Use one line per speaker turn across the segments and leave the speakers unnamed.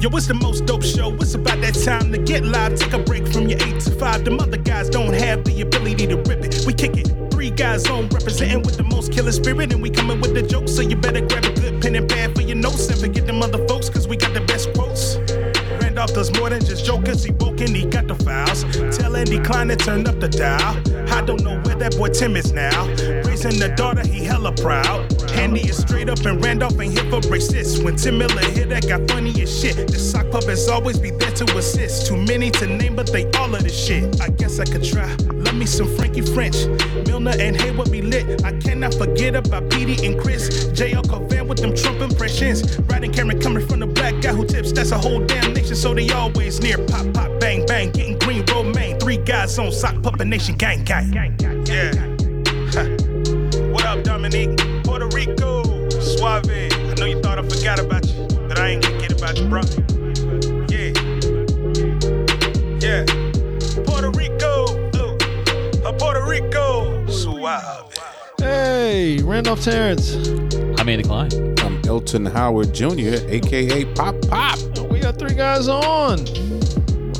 Yo, it's the most dope show. It's about that time to get live. Take a break from your 8 to 5. Them other guys don't have the ability to rip it. We kick it. Three guys on representing with the most killer spirit. And we coming with the jokes. So you better grab a good pen and pad for your notes. And forget them other folks, cause we got the best quotes. Randolph does more than just joke, cause he woke and he got the files. Tell Andy Klein to turn up the dial. I don't know where that boy Tim is now. Raising the daughter, he hella proud. Andy is straight up and Randolph ain't here for racists. When Tim Miller hit that got funny as shit. The sock puppets always be there to assist. Too many to name, but they all of this shit. I guess I could try. Love me some Frankie French. Milner and Hayward be lit. I cannot forget about Petey and Chris. JL Covan with them Trump impressions. Riding Cameron coming from the black guy who tips. That's a whole damn nation, so they always near. Pop, pop, bang, bang. Getting green, romaine. Three guys on sock puppet nation gang, gang. Yeah. Huh. What up, Dominique? Puerto Rico, Suave. I know you thought I forgot about you, but I ain't gonna get about you, bro. Yeah. Yeah. Puerto Rico, ooh. Uh, Puerto Rico, Suave.
Hey, Randolph Terrence.
I'm Andy Klein.
I'm Elton Howard Jr., aka Pop Pop.
We got three guys on.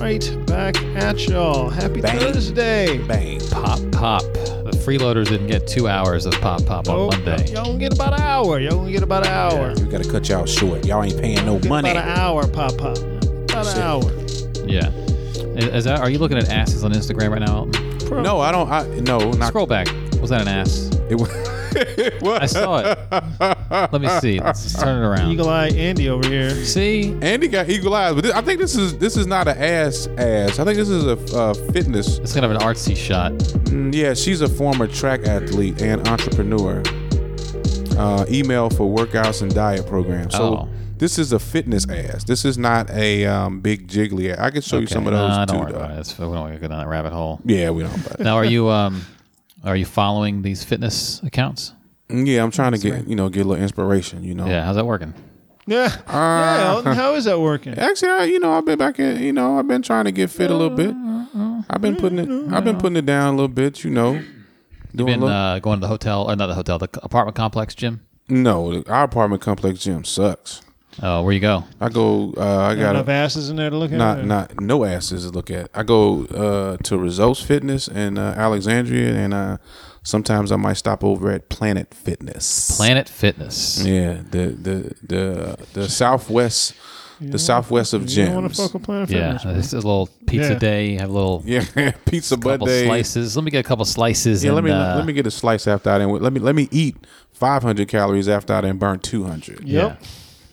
Right back at y'all. Happy
Bang.
Thursday.
Bang.
Pop Pop. The freeloaders didn't get two hours of Pop Pop on
Oh,
Monday.
Y'all gonna get about an hour. Y'all gonna get about an hour.
You gotta cut y'all short. Y'all ain't paying no
Get
money.
About an hour, Pop Pop. About an
Shit.
hour.
Yeah. Is is that, are you looking at asses on Instagram right now? Elton?
Pro-
No, I don't. I no, not
Scroll back. Was that an ass?
it. Was, it was.
I saw it. Let me see. Let's just turn it around.
Eagle Eye Andy over here.
See?
Andy got eagle eyes, but this, I think this is this is not an ass ass. I think this is a uh, fitness.
It's kind of an artsy shot.
Mm, Yeah, she's a former track athlete and entrepreneur. Uh, email for workouts and diet programs. So
Oh.
this is a fitness ass. This is not a um, big jiggly. Ass. I can show you some of
Okay.
those
Nah, don't
too.
worry
though.
about it. It's- We don't want to go down that rabbit hole.
Yeah, we don't. But
Now, are you um, are you following these fitness accounts?
yeah, I'm trying to get you know get a little inspiration. You know.
Yeah. How's that working?
Yeah.
Uh.
yeah. Elton, how is that working?
Actually, I, you know, I've been back in. You know, I've been trying to get fit a little bit. I've been putting it. I've been putting it down a little bit. You know, doing
Been
a little,
uh, going to the hotel or not the hotel, the apartment complex gym.
no. Our apartment complex gym sucks.
Oh, where you go?
I go. Uh, I got
Enough
a,
asses in there to look at.
not not no asses to look at. I go uh, to Results Fitness in uh, Alexandria, and uh, sometimes I might stop over at Planet Fitness.
Planet Fitness.
Yeah, the the the the Southwest, the Southwest of
You don't want to fuck
gyms.
with Planet
Yeah,
Fitness.
it's a little pizza
Yeah.
day. You have a little
Yeah, pizza butt
couple
day.
slices. Let me get a couple slices.
Yeah,
and,
let me
uh,
let me get a slice after I didn't. Let me let me eat 500 calories after I didn't burn 200.
Yep.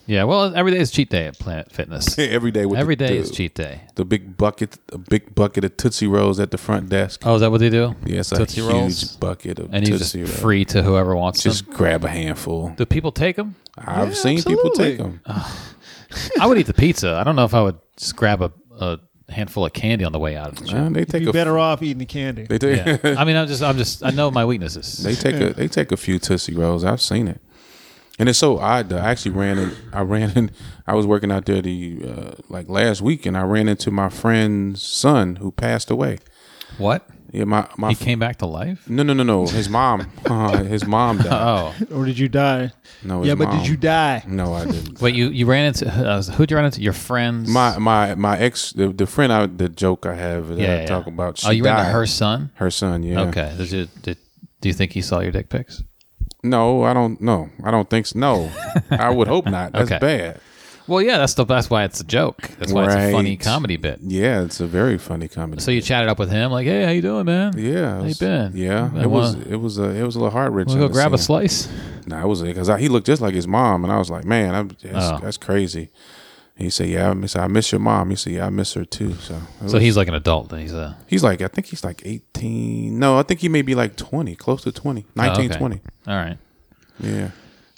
Yeah, well, every day is cheat day at Planet Fitness.
Every day with
Every
the,
day
the,
is cheat day.
The big bucket, a big bucket of tootsie rolls at the front desk.
Oh, is that what they do?
yes, a
Tootsie
huge
Rolls.
bucket of
And you just
tootsie rolls.
free to whoever wants
Just
them.
grab a handful.
Do people take them?
I've seen people
absolutely.
take them.
Uh-huh. I would eat the pizza. I don't know if I would just grab a, a handful of candy on the way out of the gym.
they take
You'd be
a
better off eating the candy.
they take
Yeah. I mean, I'm just, I'm just, I know my weaknesses.
they take a they take a few tootsie rolls. I've seen it. And it's so odd. Though. I actually ran in. I ran in. I was working out there the uh, like last week, and I ran into my friend's son who passed away.
What?
Yeah, my my
He came back to life?
No, no, no, no. His mom. Uh, his mom died.
Oh,
Or did you die?
No, his
Yeah, but
mom.
did you die?
No, I didn't.
wait, you, you ran into, uh, who'd you run into? Your friends?
My my my ex, the, the friend I the joke I have that
yeah,
I
yeah.
talk about. She
Oh, you
died.
ran into her son?
Her son. Yeah.
Okay. Did you, did, do you think he saw your dick pics?
No, I don't. No, I don't think so. No, I would hope not. That's
Okay.
bad.
Well, yeah, that's the that's why it's a joke. That's why it's a funny
Right.
comedy bit.
Yeah, it's a very funny comedy.
So you chatted up with him, like, "Hey, how you doing, man?
yeah, it
how you
was-
been?
Yeah,
I
it was
wanna-
it was a it was a little heart wrenching.
Wanna go grab a slice."
No, it was because he looked just like his mom, and I was like, man, I'm, that's,
Oh.
that's crazy. And he said, yeah, I miss I miss your mom. He said, yeah, I miss her too. So it
So he's like an adult. and He's a oh,
He's like, I think he's like 18. No, I think he may be like 20, close to 20, 19,
Oh, okay.
20.
all right.
Yeah.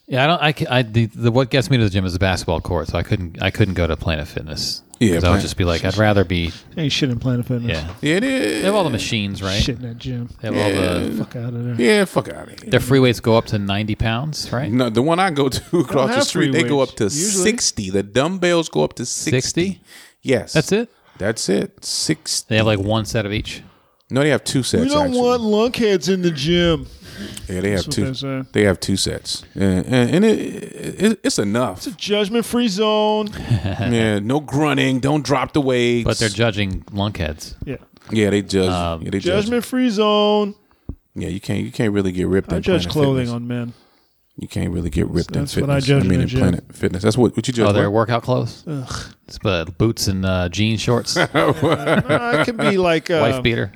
Yeah, I don't. I, ca- I the, the what gets me to the gym is the basketball court. So I couldn't I couldn't go to Planet Fitness.
Yeah,
'Cause I would
Planet-
just be like, I'd rather be
Mm.
Ain't shit in Planet Fitness.
yeah.
It is.
They have all the machines, right?
Shit in that gym.
They have all the
Fuck out of there.
Yeah, fuck out of here.
their free weights go up to ninety pounds, right?
No, the one I go to across the
have
street, they go
freeways,
up to
usually.
60. The dumbbells go up to 60.
60?
Yes.
That's it.
That's it. 60.
They have like one set of each.
No, they have two sets.
We don't
actually.
want lunkheads in the gym.
Yeah, they have
what
two.
they say.
They have two sets, and, and, and it, it it's enough.
Judgment free zone.
yeah, no grunting. Don't drop the weights.
But they're Um, judging lunkheads.
Yeah.
yeah, they judge. yeah, they judge.
Judgment free zone.
Yeah, you can't you can't really get ripped.
I
in
judge
Planet
clothing
Fitness.
on men.
You can't really get ripped in
That's
fitness.
what I judge in
mean,
the
in
gym.
Planet Fitness. That's what what you judge.
Oh, their
what?
workout clothes. It's but boots and uh, jean shorts,
Uh, it could be like uh,
wife beater.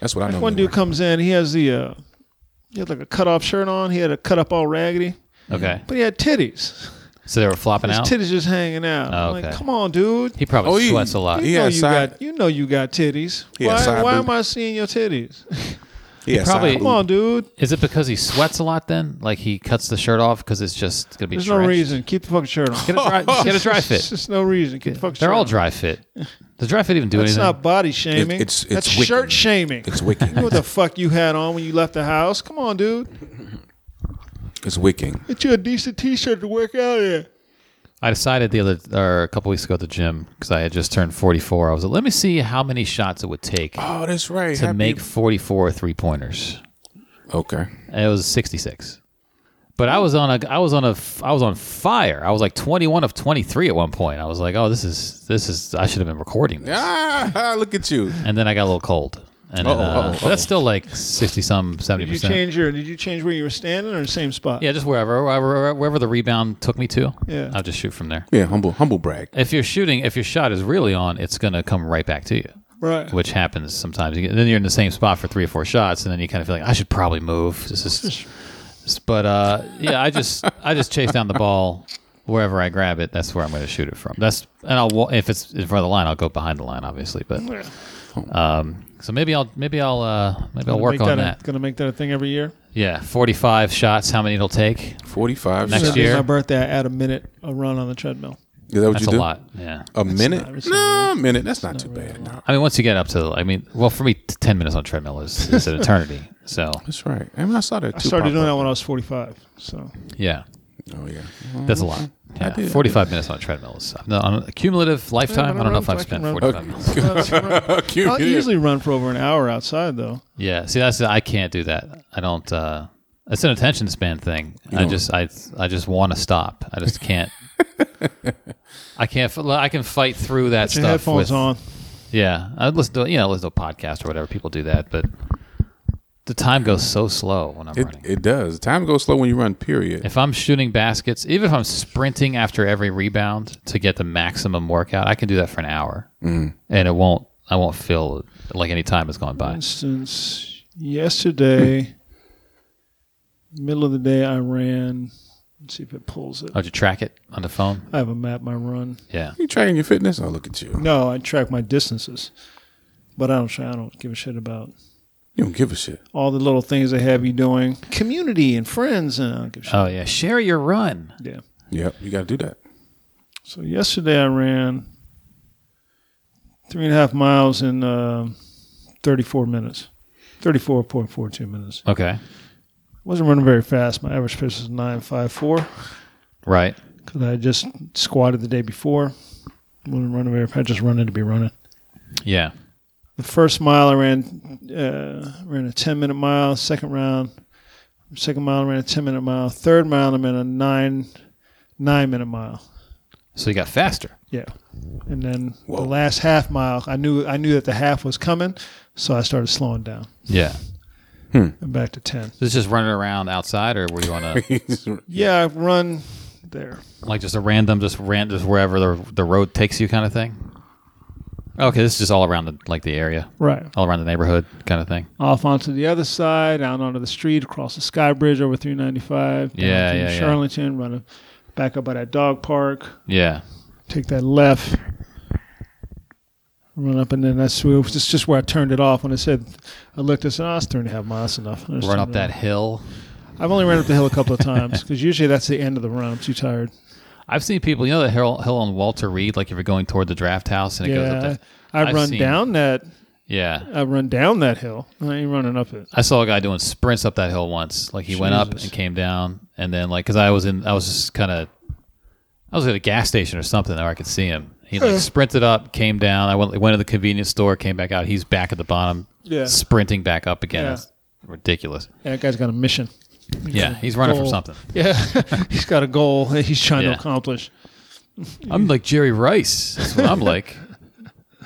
That's what I know.
One dude comes in. He has the uh, he had like a cut off shirt on. He had a cut up all raggedy,
Okay,
but he had titties.
so they were flopping
His
out.
titties just hanging out.
Oh,
I'm like,
okay. Uh,
come on, dude.
He probably
Oh, he-
sweats a lot.
You
he
know
had
you
side-
got you know you got titties.
He had
Why,
side
why
boob.
am I seeing your titties?
yeah,
probably-
side
Come on,
boob.
dude.
Is it because he sweats a lot then? Like he cuts the shirt off because it's just gonna be.
There's no
drenched?
reason. Keep the fucking shirt on.
Get a dry, get a dry
There's
fit.
just no reason. Keep the fucking
They're
shirt
all
on.
dry fit. Does dry fit even do
That's
anything?
not body shaming.
it's- it's
That's
wicked.
shirt shaming.
It's wicking.
You know what the fuck you had on when you left the house? Come on, dude.
It's wicking.
Get you a decent t-shirt to work out in.
I decided the other or a couple weeks ago at the gym because I had just turned 44. I was like, let me see how many shots it would take
Oh, that's right.
to
Happy-
make 44 three pointers.
okay.
It was 66. But I was on a I was on a f- I was on fire. I was like 21 of 23 at one point. I was like, oh, this is this is I should have been recording this.
Ah, look at you.
And then I got a little cold. And then,
Uh-oh,
uh,
uh-oh,
but that's still like 60 some 70
Did you
percent.
change your? Did you change where you were standing or the same spot?
Yeah, just wherever, wherever wherever the rebound took me to.
Yeah.
I'll just shoot from there.
Yeah, humble humble brag.
If you're shooting, if your shot is really on, it's gonna come right back to you.
Right.
which happens sometimes. You get- then you're in the same spot for three or four shots, and then you kind of feel like I should probably move. This is, this- but uh, yeah, I just I just chase down the ball wherever I grab it. That's where I'm going to shoot it from. That's and I'll wa- if it's in front of the line, I'll go behind the line, obviously. But um, so maybe I'll maybe I'll uh, maybe I'll work
make
on
a-
that.
Gonna make that a thing every year.
Yeah, 45 shots. How many it'll take?
Forty five.
Next
Is
It's gonna be
year.
my birthday. I add a minute a run on the treadmill.
that what
That's
you
a
do?
lot. Yeah.
A minute?
not- it's
no, a minute. That's not too bad. No.
I mean, once you get up to, the, I mean, well, for me, t- 10 minutes on treadmill is, is an eternity. So,
That's right. I mean, I saw that.
I started doing that when I was 45. So
yeah.
Oh yeah.
That's a lot. Yeah,
Mm-hmm. do.
45 minutes on a treadmill is no, on a cumulative lifetime.
but
I don't know
I
if I've
can
spent
run-
45 minutes.
Okay.
I'll usually run for over an hour outside though.
Yeah, see, that's I can't do that. I don't. Uh, it's an attention span thing. I
don't-
just I I just want to stop. I just can't. I can't. f- I can fight through that
Put your
stuff.
headphones
with,
on.
Yeah, I listen to you know listen to a podcast or whatever. People do that, but the time goes so slow when I'm
It,
running.
it does. Time goes slow when you run. Period.
If I'm shooting baskets, even if I'm sprinting after every rebound to get the maximum workout, I can do that for an hour, mm. and it won't. I won't feel like any time has gone
For
by.
instance, yesterday, middle of the day, I ran. Let's see if it pulls it.
Oh, did you track it on the phone?
I have a map my run.
Yeah,
You tracking your fitness? Oh, look at you.
No, I track my distances, but I don't. try- I don't give a shit about
You don't give a shit.
all the little things they have you doing. Community and friends, and I don't give a shit.
Oh yeah, share your run.
yeah.
Yep. You got to do that.
So yesterday I ran three and a half miles in uh, 34 minutes, 34.42 minutes.
Okay,
wasn't running very fast. My average pace was 9.54
right.
because I had just squatted the day before. Wasn't running very fast, just running to be running.
Yeah,
The first mile I ran, uh, ran a 10 minute mile. Second round, second mile I ran a 10 minute mile. Third mile I'm in a nine, nine minute mile.
so you got faster.
Yeah. And then
Whoa.
the last half mile, I knew I knew that the half was coming, so I started slowing down
Yeah,
and back to 10.
this just running around outside, or were you on a
Yeah, I run there.
like just a random, just ran just wherever the the road takes you kind of thing? Okay, this is just all around the like the area,
Right.
all around the neighborhood kind of thing.
Off onto the other side, down onto the street, across the sky bridge over 395, down
Yeah,
through
yeah, yeah.
Charlington, running back up by that dog park,
Yeah,
take that left, run up, and then that's where- it's just where I turned it off when I said, I looked and said, oh, it's three and a half miles enough. I just
run
turned
up
it
that
off.
hill.
I've only ran up the hill a couple of times because usually that's the end of the run. I'm too tired.
I've seen people, you know, the hill, hill on Walter Reed, like if you're going toward the draft house and it goes up
Yeah,
there.
I, I
I've
run
seen-
down that.
Yeah.
I run down that hill. I ain't running up it.
I saw a guy doing sprints up that hill once. Like he went up
Jesus.
and came down. And then, like, because I was in, I was just kind of, I was at a gas station or something where I could see him. He like sprinted up, came down. I went, went to the convenience store, came back out. He's back at the bottom,
Yeah.
sprinting back up again.
Yeah.
It's ridiculous.
That guy's got a mission.
Yeah, he's running from
Goal.
something.
Yeah, he's got a goal that he's trying
Yeah.
to accomplish.
I'm like Jerry Rice. That's what I'm like.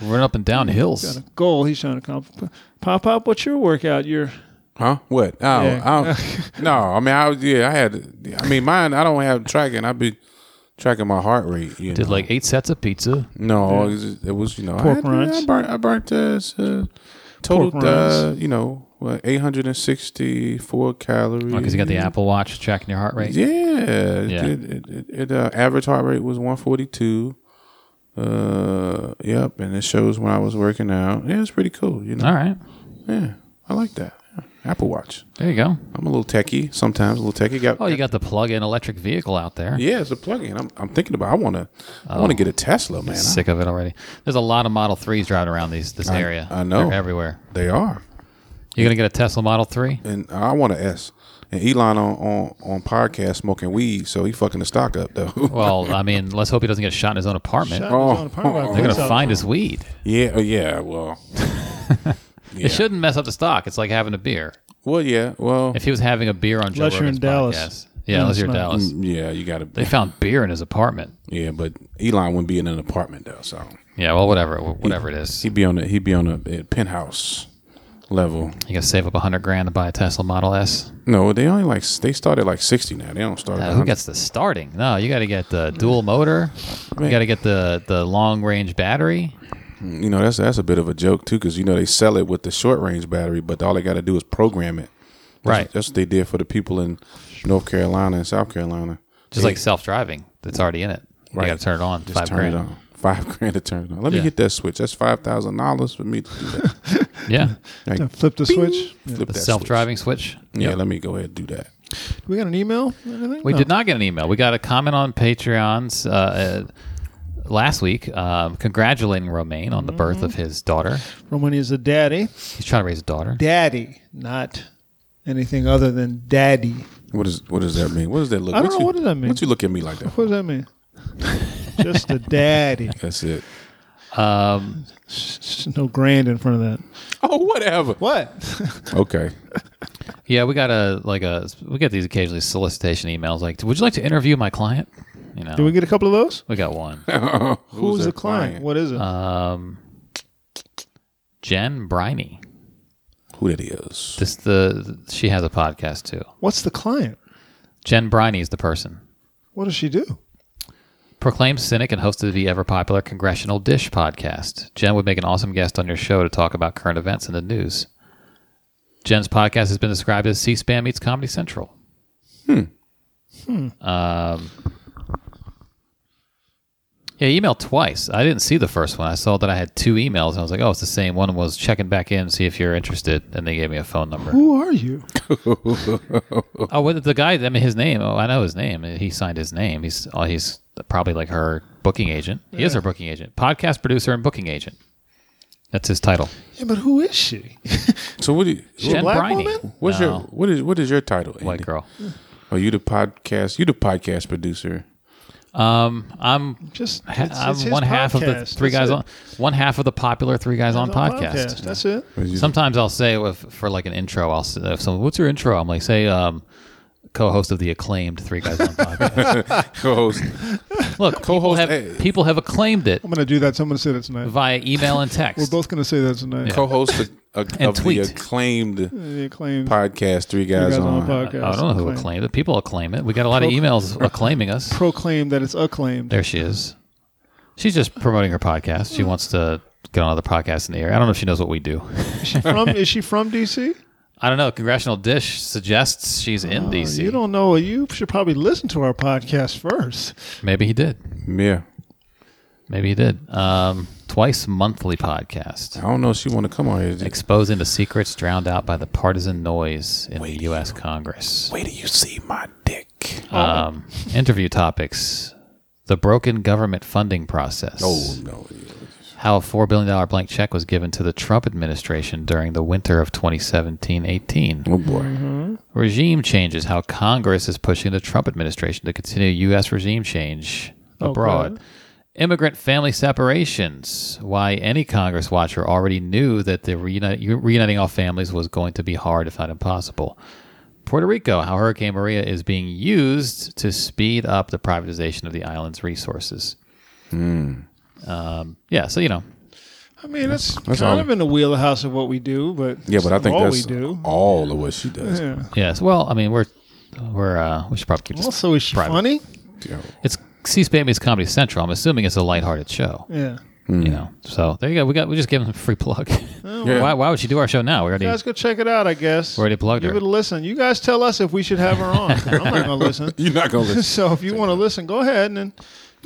Run up and down hills.
Got a goal he's trying to accomplish. Pop up, what's your workout? Your
Huh? What? Oh,
Yeah.
I- no. I mean, I was- yeah, I had. I mean, mine. I don't have tracking. I've been tracking my heart rate. You
Did
know.
Oh.
like eight sets of pizza.
no, it was- it was you know
Pork
I, had-
rinds.
I burnt. I burnt uh, s- uh, total.
Pork
Uh, you know, eight hundred and sixty-four calories.
Because Oh, you got the Apple Watch tracking your heart rate.
Yeah, it-
Yeah.
It, it, it, uh, average heart rate was one forty-two. Uh, yep, and it shows when I was working out. Yeah, it's pretty cool. You know,
All right.
yeah, I like that. Yeah. Apple Watch.
There you go.
I'm a little techie sometimes. A little techie. Got
Oh, you got the plug-in electric vehicle out there.
Yeah, it's a plug-in. I'm, I'm thinking about. I want to. I
Oh.
want to get a Tesla, man.
Sick of it already. There's a lot of Model 3s driving around these this area.
I know.
They're everywhere.
I- they are,
You're going to get a Tesla Model 3?
and I want a S. And Elon on on on podcast smoking weed, so he fucking the stock up though.
Well, I mean, let's hope he doesn't get shot in his own apartment.
shot
They're
is on the parking lot.
going to
So-
find his weed.
yeah, oh, yeah. Well, yeah.
It shouldn't mess up the stock. It's like having a beer.
Well, yeah. Well,
If he was having a beer on Joe
Unless you're
Rogan's
in Dallas.
podcast. Yeah, unless
it's
you're in
not.
Dallas.
yeah. You got
They
to.
found beer in his apartment.
Yeah, but Elon wouldn't be in an apartment though, so
Yeah, well, whatever, whatever it is,
he'd be on a he'd be on a, a penthouse level.
you gotta save up a hundred grand to buy a Tesla Model S.
No, they only like they started like sixty now. They don't start. at
Uh, who
100.
gets the starting? No, you gotta get the dual motor. You gotta get the the long range battery.
You know, that's that's a bit of a joke too, because you know they sell it with the short range battery, but all they got to do is program it. That's-
Right.
That's what they did for the people in North Carolina and South Carolina.
Just like self driving, that's already in it. You
Right.
gotta turn it on.
Just
five
turn
grand.
it on. Five grand to turn it on. Let
Yeah.
me hit that switch. That's five thousand dollars for me to do that.
Yeah,
Like,
Yeah, flip the
bing,
switch.
Flip
the
that
self driving switch.
switch. Yeah, let me go ahead and do that.
We got an email. or anything?
We
No.
did not get an email. We got a comment on Patreon's uh, uh, last week, um, congratulating Romaine on the birth
Mm-hmm.
of his daughter.
From when he's a daddy,
He's trying to raise a daughter.
daddy, not anything other than daddy.
What is what does that mean? What does that look?
I don't
what
know.
you-
What does that mean?
What you look at me like that?
What does that mean? Just a daddy.
That's it.
Um,
There's no grand in front of that.
Oh, whatever.
What?
Okay.
Yeah, we got a like a we get these occasionally solicitation emails like, would you like to interview my client? You know,
Did we
we,
get a couple of those?
got one.
Who's, the
that
client? What is it?
Uh, Jen Briney.
Who that is?
This the she has a podcast too.
What's the client?
Jen Briney is the person.
What does she do?
Proclaimed cynic and host of the ever popular Congressional Dish podcast. Jen would make an awesome guest on your show to talk about current events and the news. Jen's podcast has been described as C SPAN meets Comedy Central. Hmm. Um, yeah, emailed twice. I didn't see the first one. I saw that I had two emails. And I was like, oh, it's the same one. Was checking back in, see if you're interested. And they gave me a phone number.
Who are you?
Oh, well, the guy. I mean, his name. Oh, I know his name. He signed his name. He's oh, he's probably like her booking agent. He is her booking agent, podcast producer, and booking agent. That's his title.
Yeah, but who is she?
So what? Do you,
Jen
black
Briney.
woman?
what's
No,
your what is what is your title? Andy?
white girl?
Are you the podcast? You the podcast producer?
Um, I'm
Just
ha-
it's-
I'm
it's his
one half of the
podcast.
three
That's
guys
it.
on one half of the popular three guys on,
It's
podcast.
That's it.
Or you-
Sometimes I'll say if, for like an intro, I'll say if someone, "What's your intro?" I'm like, "Say." um co-host of the acclaimed three guys on podcast
co-host.
look people
Co-host,
have,
hey.
people have acclaimed it
I'm gonna do that. So I'm gonna say that tonight.
via email and text
We're both gonna say that tonight.
Co-host of, of,
And
of the
tweet.
acclaimed
The acclaimed
podcast. Three guys,
guys
on.
on podcast.
I don't know who
Acclaimed.
acclaimed it. People acclaim it. We got a lot of emails acclaiming us.
proclaim that it's acclaimed.
There she is. She's just promoting her podcast. She wants to get on other podcasts in the air. I don't know if she knows what we do.
from is she from DC?
I don't know. Congressional Dish suggests she's in DC.
You don't know. You should probably listen to our podcast first.
Maybe he did.
Yeah.
Maybe he did. Um, twice monthly podcast.
I don't know. if She want to come on here.
Exposing the secrets drowned out by the partisan noise in the U.S. Congress.
Wait till you see my dick.
Um, interview topics. The broken government funding process.
Oh no.
how a $4 billion blank check was given to the Trump administration during the winter of 2017 18.
Oh boy.
Mm-hmm.
Regime changes, how Congress is pushing the Trump administration to continue U.S. regime change abroad. Immigrant family separations. Why any Congress watcher already knew that the reuni- reuniting all families was going to be hard, if not impossible. Puerto Rico, how Hurricane Maria is being used to speed up the privatization of the island's resources. Um, yeah, so you know,
I mean, that's,
That's
kind
all.
of in the wheelhouse of what we do, but
Yeah, but I
it's
think
all
that's
we do.
all of what she does.
Yeah.
yes. Well, I mean, we're we're uh, we should probably keep this.
Also, is she
private.
funny?
Yo,
It's C-SPAN means Comedy Central. I'm assuming it's a lighthearted show.
Yeah.
You know, so there you go. We got we just gave them a free plug.
Oh, Yeah.
why, why would she do our show now? We already
Guys, go check it out. I guess.
Already plugged
Give
her.
it a listen. You guys tell us if we should have her on. I'm not gonna listen.
You're not gonna listen.
so if you want to listen, go ahead and then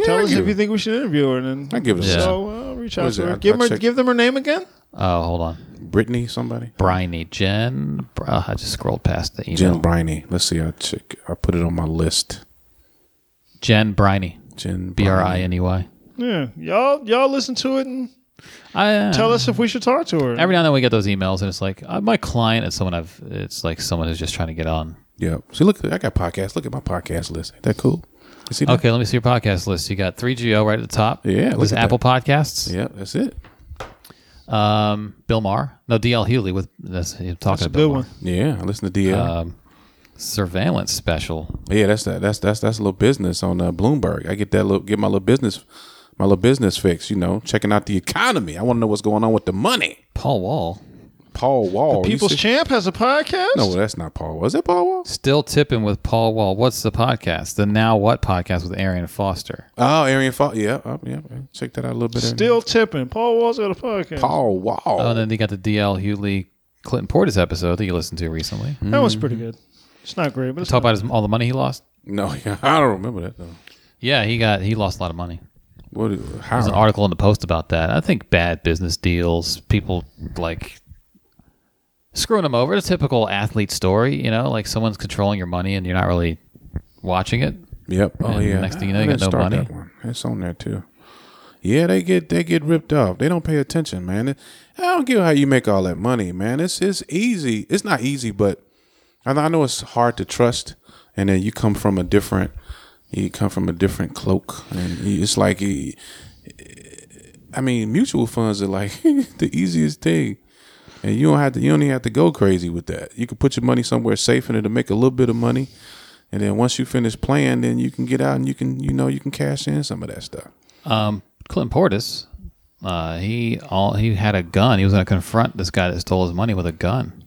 tell
I
us if
give
you
it-
think we should interview her. And then
I give it a
Yeah.
so uh, reach out
is
to
it?
her.
I-
give
I
her
check-
give them her name again.
Oh, hold on.
Brittany, somebody.
Briny Jen. Br- uh, I just scrolled past the email.
Jen
Jen,
Briney. Let's see. I check. I put it on my list.
Briny.
Jen
B R I N E Y.
Yeah, y'all y'all listen to it and
I, uh,
tell us if we should talk to her.
Every now and then we get those emails, and it's like uh, my client. It's someone I've. It's like someone who's just trying to get on.
Yep. See, look, I got podcasts. Look at my podcast list. Ain't that cool? You see that?
Okay, let me see your podcast list. You got 3GO right at the top.
Yeah, look
This
at
Apple Podcasts.
Yep. That's it.
Um, Bill Maher. No, DL Hewley with that's he's talking
That's a
to Bill
good
Maher.
one.
Yeah. I listen to DL.
Um, surveillance special.
yeah. That's that. That's that's that's a little business on uh, Bloomberg. I get that little get my little business my little business fix. You know, checking out the economy. I want to know what's going on with the money.
Paul Wall.
Paul Wall. you
People's
see-
Champ has a podcast.
No, that's not Paul. Was it Paul Wall?
Still tipping with Paul Wall. What's the podcast? The Now What podcast with Arian Foster.
Oh, Arian Fall. Yeah, uh, yeah. Check that out a little bit.
Still tipping. Paul Wall's got a podcast.
Paul Wall.
Oh, and then they got the DL Hewley Clinton Portis episode that you listened to recently.
That
Mm.
was pretty good. It's not great, but it's
Talk about his, all the money he lost.
No, yeah, I don't remember that though.
Yeah, he got he lost a lot of money.
What? is- How?
There's an article in the post about that. I think bad business deals, people like screwing them over. It's a typical athlete story, you know, like someone's controlling your money and you're not really watching it.
Yep. Oh
And
yeah.
next thing you know,
I
you got
didn't
no
start
money.
That one. It's on there too. Yeah, they get they get ripped off. They don't pay attention, man. It- I don't care how you make all that money, man. It's it's easy. It's not easy, but I, I know it's hard to trust. And then you come from a different, you come from a different cloak, and you, it's like, you- I mean, mutual funds are like the easiest thing, and you don't have to. You don't even have to go crazy with that. You can put your money somewhere safe and it'll make a little bit of money. And then once you finish playing, then you can get out and you can you know you can cash in some of that stuff.
Um, Clinton Portis, uh, he all he had a gun. He was going to confront this guy that stole his money with a gun.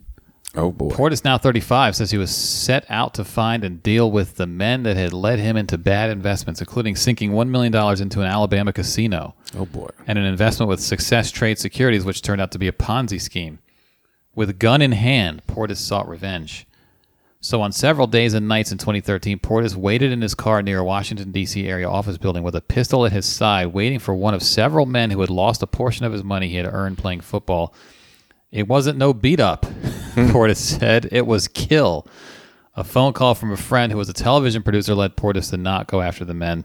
Oh boy.
Portis, now 35, says he was set out to find and deal with the men that had led him into bad investments, including sinking $1 million into an Alabama casino.
oh boy.
and an investment with Success Trade Securities, which turned out to be a Ponzi scheme. With gun in hand, Portis sought revenge. So, on several days and nights in 2013, Portis waited in his car near a Washington, D.C. area office building with a pistol at his side, waiting for one of several men who had lost a portion of his money he had earned playing football. It wasn't no beat up, Portis said. It was kill. A phone call from a friend who was a television producer led Portis to not go after the men.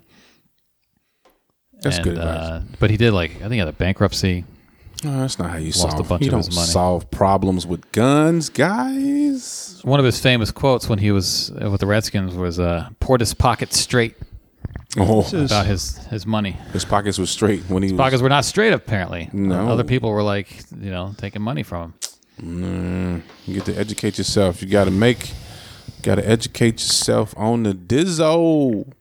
That's
And,
good advice.
uh, but he did like I think he had a bankruptcy.
no, that's not how you
lost a
solve.
bunch
you
of
don't
his money.
solve problems with guns, guys.
One of his famous quotes when he was uh, with the Redskins was uh, "Portis pocket straight"
Oh,
about his his money.
his pockets were straight when he was.
Pockets were not straight apparently. Uh,
No.
other people were like you know taking money from him.
You get to educate yourself. You got to make. Got to educate yourself on the Dizzo.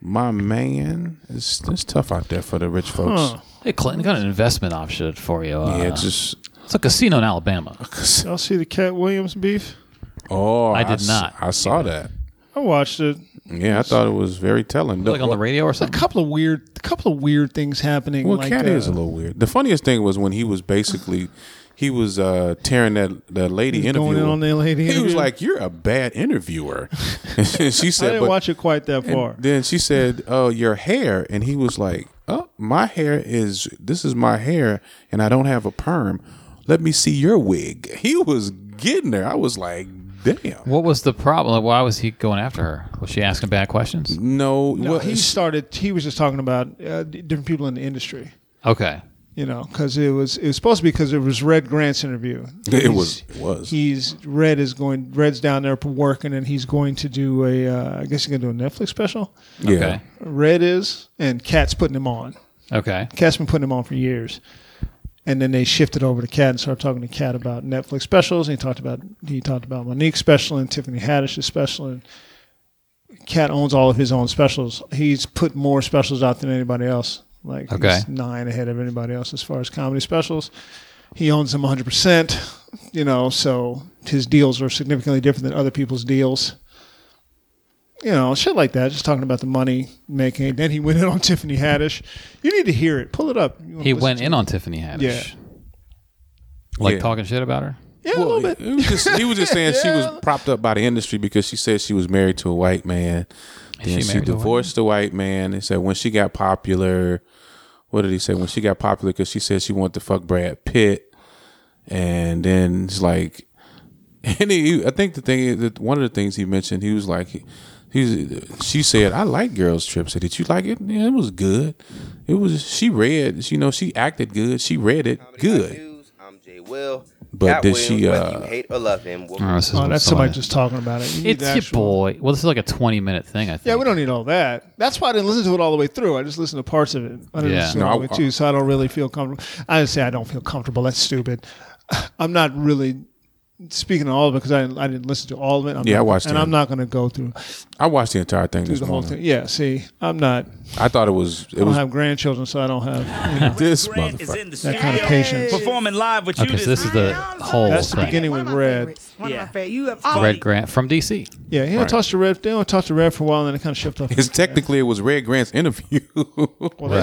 My man, it's it's tough out there for the rich folks.
Hey Clinton, got an investment option for you. Uh,
Yeah, it's just.
it's a casino in Alabama.
Y'all see the Cat Williams beef?
Oh,
I did
s-
not.
I saw that.
I watched it.
Yeah, I thought it was very telling.
Like on the radio or
A
something.
couple of weird, a couple of weird things happening.
Well,
like
Cat
uh,
is a little weird. The funniest thing was when he was basically he was uh, tearing that the lady
He's going
interviewer.
in on the lady
he was
interview.
like, "You're a bad interviewer," and she
I
said.
didn't
but
watch it quite that far.
then she said, "Oh, your hair," and he was like, "Oh, my hair is this is my hair, and I don't have a perm. Let me see your wig." He was getting there. I was like, "Damn."
What was the problem? Like, Why was he going after her? Was she asking bad questions?
No,
No,
well,
he started. He was just talking about uh, d- different people in the industry.
Okay.
You know, because it was it was supposed to be because it was Red Grant's interview.
it was it was.
He's Red is going. Red's down there working, and he's going to do a. Uh, I guess he's going to do a Netflix special.
yeah.
Okay.
Red is, and Cat's putting him on.
Okay.
Cat's been putting them on for years. And then they shifted over to Cat and started talking to Cat about Netflix specials. And he talked about he talked about Monique's special and Tiffany Haddish's special. And Cat owns all of his own specials. He's put more specials out than anybody else. Like
Okay.
he's nine ahead of anybody else as far as comedy specials. He owns them 100. percent You know, so his deals are significantly different than other people's deals. You know, shit like that. Just talking about the money making. Then he went in on Tiffany Haddish. You need to hear it. Pull it up. You wanna
He
listen
went
to
in
it.
on Tiffany Haddish.
Yeah.
Like
Yeah.
talking shit about her?
Yeah, a
Well,
little bit.
He was just, he was just saying she was propped up by the industry because she said she was married to a white man. Then
she
she,
married to a white
divorced a white man. They said when she got popular, what did he say? When she got popular, because she said she wanted to fuck Brad Pitt, and then it's like, and he, I think the thing is that one of the things he mentioned, he was like, he, he's, she said, I like girls' trips. Said, Did you like it? Yeah, it was good. It was. She read. You know, she acted good. She read it
Comedy Hot
good.
News, I'm Jay Will.
But
Got
did
Will,
she,
whether
uh,
you hate or love him? Will
Oh, this is
Oh,
what
that's
someone-
somebody just talking about it. You need
It's
the
your
actual-
boy. Well, this is like a 20 minute thing, I think.
Yeah, we don't need all that. That's why I didn't listen to it all the way through. I just listened to parts of it. I didn't
Yeah.
listen
No,
all the
I-
way too, so I don't really feel comfortable. I just say I don't feel comfortable. That's stupid. I'm not really speaking to all of it because I didn't, I didn't listen to all of it. I'm
Yeah, I
not-
watched
and
it.
I'm not going to go through
I watched the entire thing
through
this
the whole
morning.
thing. Yeah, see, I'm not.
I thought it was.
I
It
don't
was
have grandchildren, so I don't have you know,
this
Grant is in
motherfucker.
the
that kind of
studio
patience.
Performing live with you.
Okay, so this is the whole
That's the
thing.
beginning with red.
One
Yeah.
of my favorite. You have
Red Grant from DC.
Yeah, he don't touch the red. They don't touch the red for a while, and then it kind of shifted off.
It's technically it was Red Grant's interview,
well,
Right.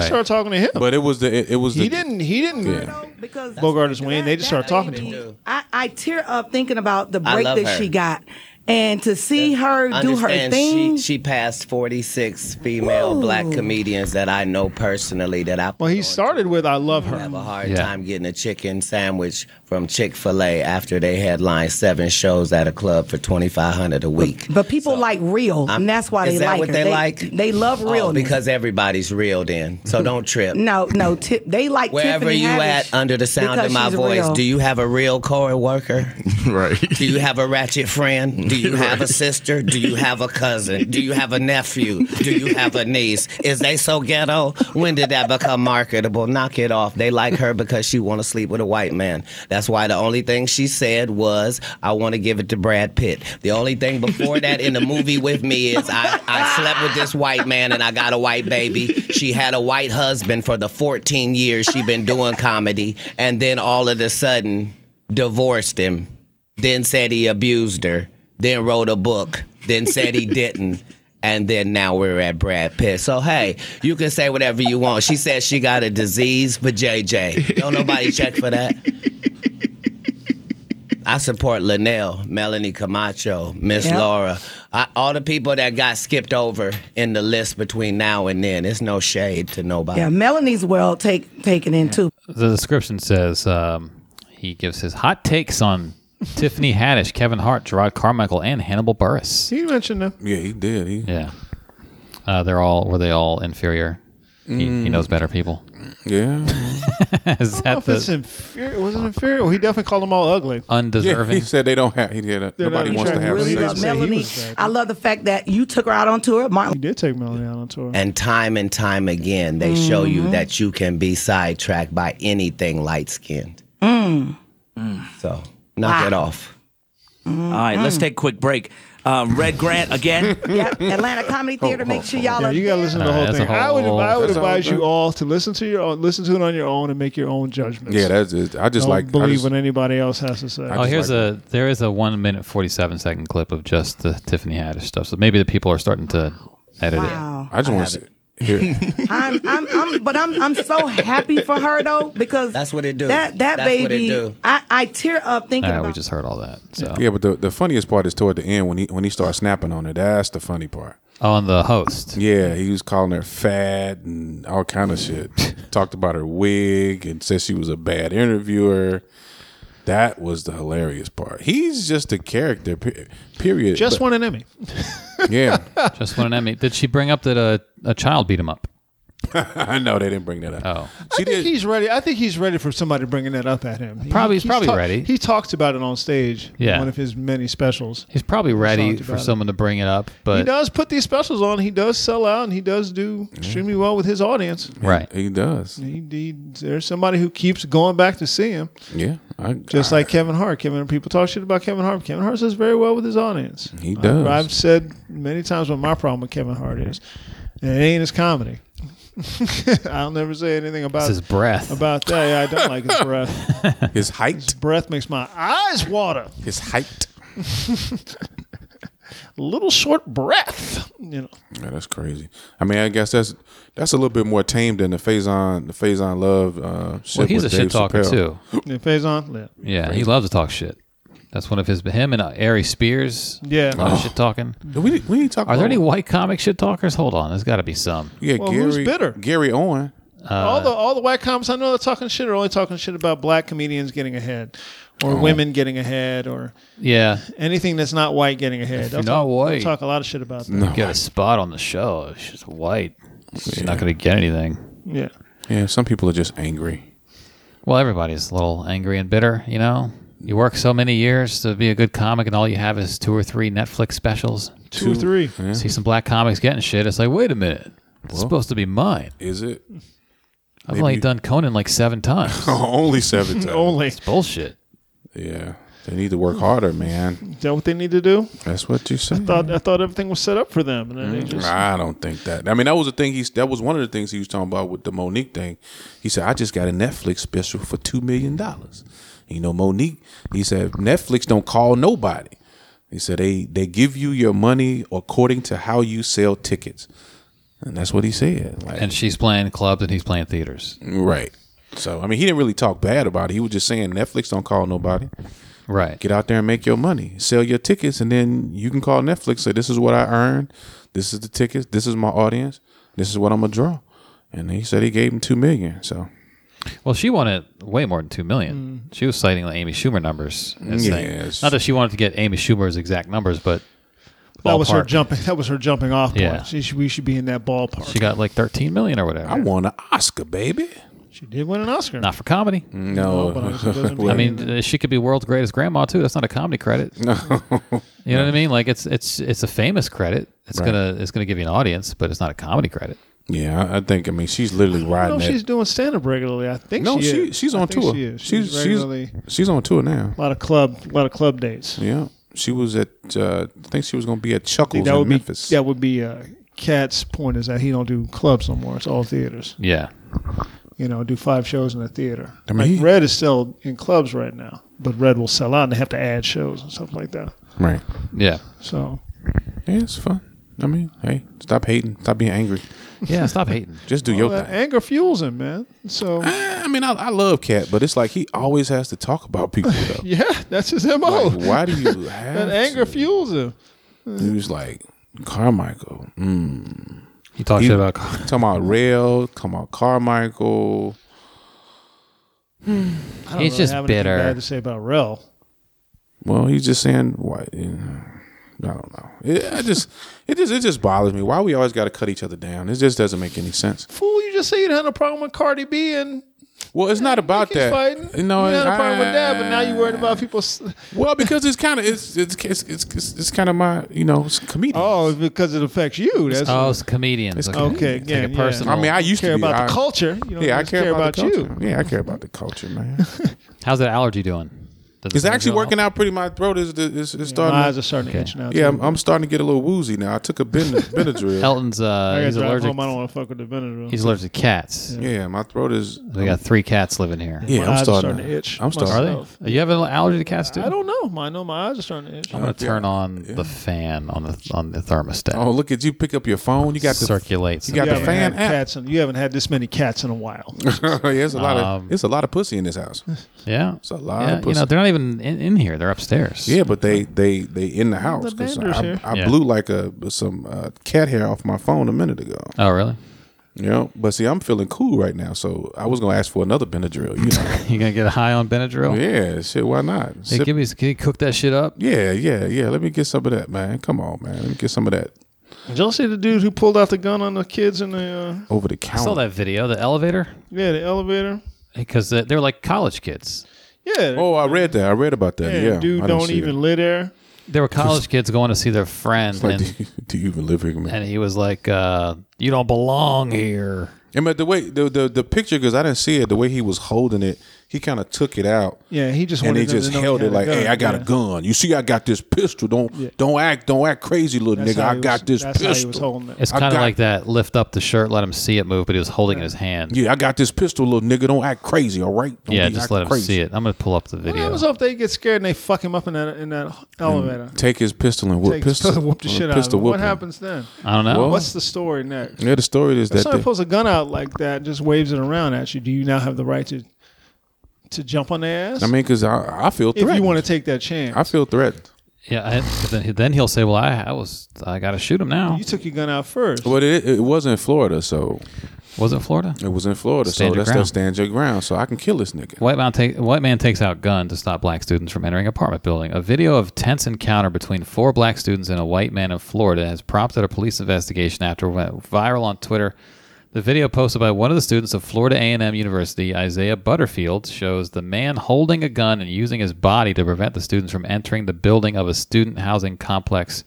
they started talking to him,
but it was the it, it was the,
he didn't. He didn't.
Yeah.
because
Bogart is Wayne. They just start
that
talking to
lady,
him.
I, I tear up thinking about the
I
break
love
that
her.
she got, and to see her do her
Understand
thing.
She, she passed 46 female black comedians that I know personally that I
Well, he started with "I love her."
have a hard
Yeah.
time getting a chicken sandwich from Chick fil A after they headlined seven shows at a club for 2500 a week.
but people like real,
I'm-
and that's why
is
they
that
like
what
her.
they like?
They love
Oh,
realness.
because everybody's real then. So don't trip.
no, no, ti- they like
Wherever
Tiffany
you
Haddish
at, under the sound
because
of my
she's
voice,
real.
do you have a real coworker?
Right.
Do you have a ratchet friend? Do you have a sister? Do you have a cousin? Do you have a nephew? Do you have a niece? Is they so ghetto? When did that become marketable? Knock it off. They like her because she want to sleep with a white man. That's why the only thing she said was, "I want to give it to Brad Pitt." The only thing before that in the movie with me is, I, I slept with this white man and I got a white baby. She had a white husband for the 14 years she been doing comedy, and then all of a sudden divorced him then said he abused her, then wrote a book, then said he didn't. And then now we're at Brad Pitt. So hey, you can say whatever you want. She said she got a disease for JJ. Don't nobody check for that. I support Linnell, Melanie Camacho, Miss
Yep.
Laura, I, all the people that got skipped over in the list between now and then. It's no shade to nobody.
Yeah, Melanie's world take taken in too.
The description says um, he gives his hot takes on Tiffany Haddish, Kevin Hart, Gerard Carmichael, and Hannibal Burris.
He mentioned them.
yeah he did he, yeah.
Yeah. Uh, they're all, were they all inferior? He, he knows better people.
Mm.
Is
I don't know
that
if it's
the
inferior. Was it inferior? Well, he definitely called them all ugly.
yeah he
undeserving?
said they don't have he did a,
They're not
nobody wants to
attractive.
have
Really he
Really love
was-
sex.
he
Melanie.
was bad.
I love the fact that you took her out on tour.
He
Martin,
did take Melanie out on tour.
And time and time again, they show you that you can be sidetracked by anything light skinned. So knock it off.
All right,
Hmm.
let's take a quick break. Um, Red Grant again.
yeah, Atlanta Comedy Theater. Make sure y'all
Oh, yeah,
are
you gotta
there.
listen to the
Nah,
whole
that's a
thing. I would,
whole-
I would
that's a whole
advise
thing.
you all to listen to your own, listen to it on your own, and make your own judgments.
yeah that's it. I just
don't
like I
believe
just,
what anybody else has to say.
Oh,
just
here's
like
a there is a one minute forty seven second clip of just the Tiffany Haddish stuff. So maybe the people are starting to edit
Wow.
I just want to hear
I'm, I'm, I'm, but I'm, I'm so happy for her though because
That's what it do.
That, that
That's
baby,
what it do.
I, I tear up
it.
thinking
Uh,
about.
we just heard all that. So
yeah but the, the funniest part is toward the end when he when he starts snapping on her that's the funny part
on the host,
yeah he was calling her fat and all kind of shit talked about her wig and said she was a bad interviewer that was the hilarious part he's just a character pe- period
Just
But-
won an Emmy.
yeah
just won an Emmy. Did she bring up that a a child beat him up?
I know they didn't bring that up.
Oh.
she
I think
did.
he's ready. I think he's ready for somebody bringing that up at him. He-
Probably- he's probably
talk-
ready.
He talks about it on stage.
Yeah.
in one of his many specials.
He's probably ready
talked
for
about it.
someone to bring it up, but
He does put these specials on. He does sell out, and he does do extremely well with his audience.
right.
He does.
He, he, there's somebody who keeps going back to see him,
Yeah. I,
just
I-
like Kevin Hart. Kevin, people talk shit about Kevin Hart. Kevin Hart does very well with his audience.
He
I-
does.
I've said many times what my problem with Kevin Hart is, and it ain't his comedy. I'll never say anything about
It's his breath.
about that. Yeah, I don't like his breath.
his height.
breath makes my eyes water.
His height.
little short breath. You know,
Yeah, that's crazy. I mean, I guess that's that's a little bit more tame than the Faison the Faison Love uh shit
Well, he's a
with
shit
Dave
talker
Chappelle.
too.
yeah, Faison. Yeah.
Yeah, he loves to talk shit. That's one of his. Him and uh, Ari Spears.
Yeah. Oh.
a lot of shit talking.
Did We we ain't talking.
Are there
about-
any white comic shit talkers? Hold on, there's got to be some.
Yeah,
Well,
Gary.
who's bitter?
Gary Owen.
Uh,
all the all the white comics I know that are talking shit are only talking shit about black comedians getting ahead, or
Oh.
women getting ahead, or
Yeah,
anything that's not white getting ahead. They'll
you're not
talk, they'll
white.
talk a lot of shit about that.
got a spot on the show. She's white. She's not going to get anything.
Yeah,
Yeah, some people are just angry.
Well, everybody's a little angry and bitter. You know, you work so many years to be a good comic, and all you have is two or three Netflix specials.
two, or three.
See some black comics getting shit. It's like, wait a minute, it's supposed to be mine.
Is it
I've only
you-
done Conan like seven times.
only seven times?
Only is
Bullshit.
Yeah, they need to work harder, man.
that what they need to do?
That's what you said.
Thought I thought everything was set up for them, and then
Mm.
they just
I don't think that. I mean, that was the thing. He's that was one of the things he was talking about with the Monique thing. He said, "I just got a Netflix special for two million dollars." You know, Monique. He said, "Netflix don't call nobody." He said, "They they give you your money according to how you sell tickets," and that's what he said. Like,
And she's playing clubs, and he's playing theaters.
right. So, I mean, he didn't really talk bad about it. He was just saying Netflix don't call nobody.
Right.
Get out there and make your money. Sell your tickets, and then you can call Netflix. Say, "This is what I earned. This is the tickets. This is my audience. This is what I'm gonna draw." And he said he gave him two million. So
Well, she wanted way more than two million. She was citing the Amy Schumer numbers. As
Yes.
yes. Not that she wanted to get Amy Schumer's exact numbers, but
that was her
ballpark.
jumping. That was her jumping off point.
Yeah.
She should, we should be in that ballpark.
She
She,
got like thirteen million or whatever.
I won an Oscar, baby.
did win an Oscar.
not for comedy.
No,
But it doesn't
I
mean-
mean, uh, she could be world's greatest grandma too. That's not a comedy credit. No. You know what I mean? Like it's it's it's a famous credit. It's gonna it's gonna give you an audience, but it's not a comedy credit.
yeah, I, I think. I mean, she's literally
I
riding.
don't know if
that-
she's doing stand up regularly. I think
no,
she,
she,
is.
she's
I
on
think
tour.
She is.
She's
she's
she's
regularly
she's on tour now.
a lot of club, a lot of club dates.
Yeah, she was at. Uh, I think she was gonna be at
think
Chuckles
that
in
would
Memphis.
be that would be uh, Cat's point is that he don't do clubs no more. It's all theaters.
Yeah.
You know, do five shows in a theater.
I mean, he-
like Red is still in clubs right now, but Red will sell out and they have to add shows and stuff like that.
right.
Yeah.
So
Yeah, it's fun. I mean, hey, stop hating. Stop being angry.
Yeah. Stop hating.
Just do your
that
thing.
anger fuels him, man. So
I mean, I, I love Cat, but it's like he always has to talk about people. Though.
yeah, that's his mo.
Like, why do you have
that anger
to?
fuels him.
He was like Carmichael.
You talk
He-
shit about. co-
Talking about rail. Come on, Carmichael.
I don't
He's
really
just
have anything
bitter.
Bad to say about Rel.
Well, he's just saying why. You know, I don't know. It, I just it just it just bothers me. Why we always got to cut each other down? It just doesn't make any sense.
Fool, you just say you didn't have no problem with Cardi B and
Well, it's not about
he's
that.
fighting.
You know,
you had a problem with that, but now
I-
you worried about people. s-
Well, because it's kind of it's it's it's it's, it's, it's kind of my you know it's comedian.
Oh, because it affects you. That's
Oh, it's comedians.
It's
okay.
Take
Again,
it
yeah.
personal.
I mean, I used
care
to be,
about
I-
the culture. You don't
Yeah, I
just
care, about,
about,
the
you.
culture. Yeah, I care about the culture, man.
How's that allergy doing? Does it
It's
seem to
actually
go up?
working out pretty. My throat is is, is
My
starting.
eyes
to,
are starting to itch now.
yeah,
too.
I'm, I'm starting to get a little woozy now. I took a Ben- Benadryl.
Elton's
I
uh,
gotta
he's
drive
allergic.
home. I don't want to fuck with the Benadryl.
He's allergic to cats.
yeah, my throat is.
We got three cats living here.
Yeah,
My
I'm
eyes are
starting,
starting to itch
I'm starting.
Are
Myself.
they? You have an allergy to cats too?
Oh. I don't know. I know my eyes are starting to itch.
I'm gonna turn on the fan on the on the thermostat.
Oh, look at you! Pick up your phone. You got the.
circulates.
you got
You
the
haven't
fan
had
app.
cats in, you haven't had this many cats in a while.
yeah, it's a lot
Um,
of it's a lot of pussy in this house.
yeah, it's
a lot of
Yeah, you know
pussy.
they're not even in, in here. They're upstairs.
Yeah, but they they they in the house. 'cause
Vander's
I,
here.
I
Yeah.
blew like a some uh, cat hair off my phone a minute ago.
Oh really?
You know, but see, I'm feeling cool right now, so I was gonna ask for another Benadryl. You know.
You gonna get high on Benadryl?
Yeah, shit. Why not?
Hey,
Sip-
give me. Can you cook that shit up?
yeah, yeah, yeah. Let me get some of that, man. Come on, man. Let me get some of that.
Did y'all see the dude who pulled out the gun on the kids in the uh,
over the
I
counter.
saw that video, the elevator,
yeah the elevator?
because they they're like college kids.
Yeah.
Oh, I read that. I read about that.
yeah,
Yeah,
dude
I didn't
don't
see
even
that.
live there.
They were college kids going to see their friend,
Like,
and
do, you, do you even live here, man?
and he was like, uh, "You don't belong here."
And but the way the the, the picture because I didn't see it. The way he was holding it, he kind of took it out.
Yeah, he just
and
wanted
he
them to
just
know he
held
had
it
a
like,
gun,
"Hey, I got
yeah.
a gun. You see, I got this pistol. Don't don't act don't act crazy, little
That's
nigga.
how
I
he
got
was-
this
that's
pistol.
How he was holding it.
It's
I
kind of
got-
like that. Lift up the shirt, let him see it move, but he was holding it in his hand.
yeah, I got this pistol, little nigga. Don't act crazy, all right? Don't
yeah,
be
just
act
let him
crazy.
see it. I'm gonna pull up the
What
video.
happens if they get scared and they fuck him up in that in that elevator?
Take his pistol and whoop
Take his
Mm-hmm. pistol.
pistol, whoop the
Uh,
shit out of
pistol
him. What
whip him.
happens then?
I don't know.
Well,
What's the story next?
Yeah, the story is
If
that
somebody
the,
pulls a gun out like that, and just waves it around at you. Do you now have the right to to jump on their ass?
I mean, because I I feel
if
threatened.
you want to take that chance,
I feel threatened.
yeah, I, but then, he- then he'll say, "Well, I, I was, I gotta shoot him now."
you took your gun out first.
But it it was in Florida, so
Was it Florida?
it was in Florida,
Stand
so
your
that's that
ground.
stand your ground. So I can kill this nigga.
White man, take, white man takes out gun to stop black students from entering apartment building. A video of tense encounter between four black students and a white man in Florida has prompted a police investigation after it went viral on Twitter. The video posted by one of the students of Florida A&M University, Isaiah Butterfield, shows the man holding a gun and using his body to prevent the students from entering the building of a student housing complex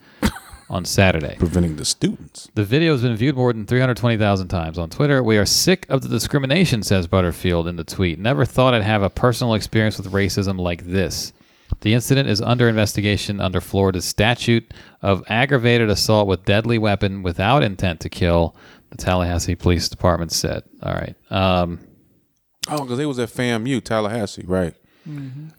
on Saturday.
Preventing the students.
The video has been viewed more than 320,000 times on Twitter. We are sick of the discrimination, says Butterfield in the tweet. Never thought I'd have a personal experience with racism like this. The incident is under investigation under Florida's statute of aggravated assault with deadly weapon without intent to kill, the Tallahassee Police Department said. All right. Um,
Oh, because they was at FAMU, Tallahassee, right?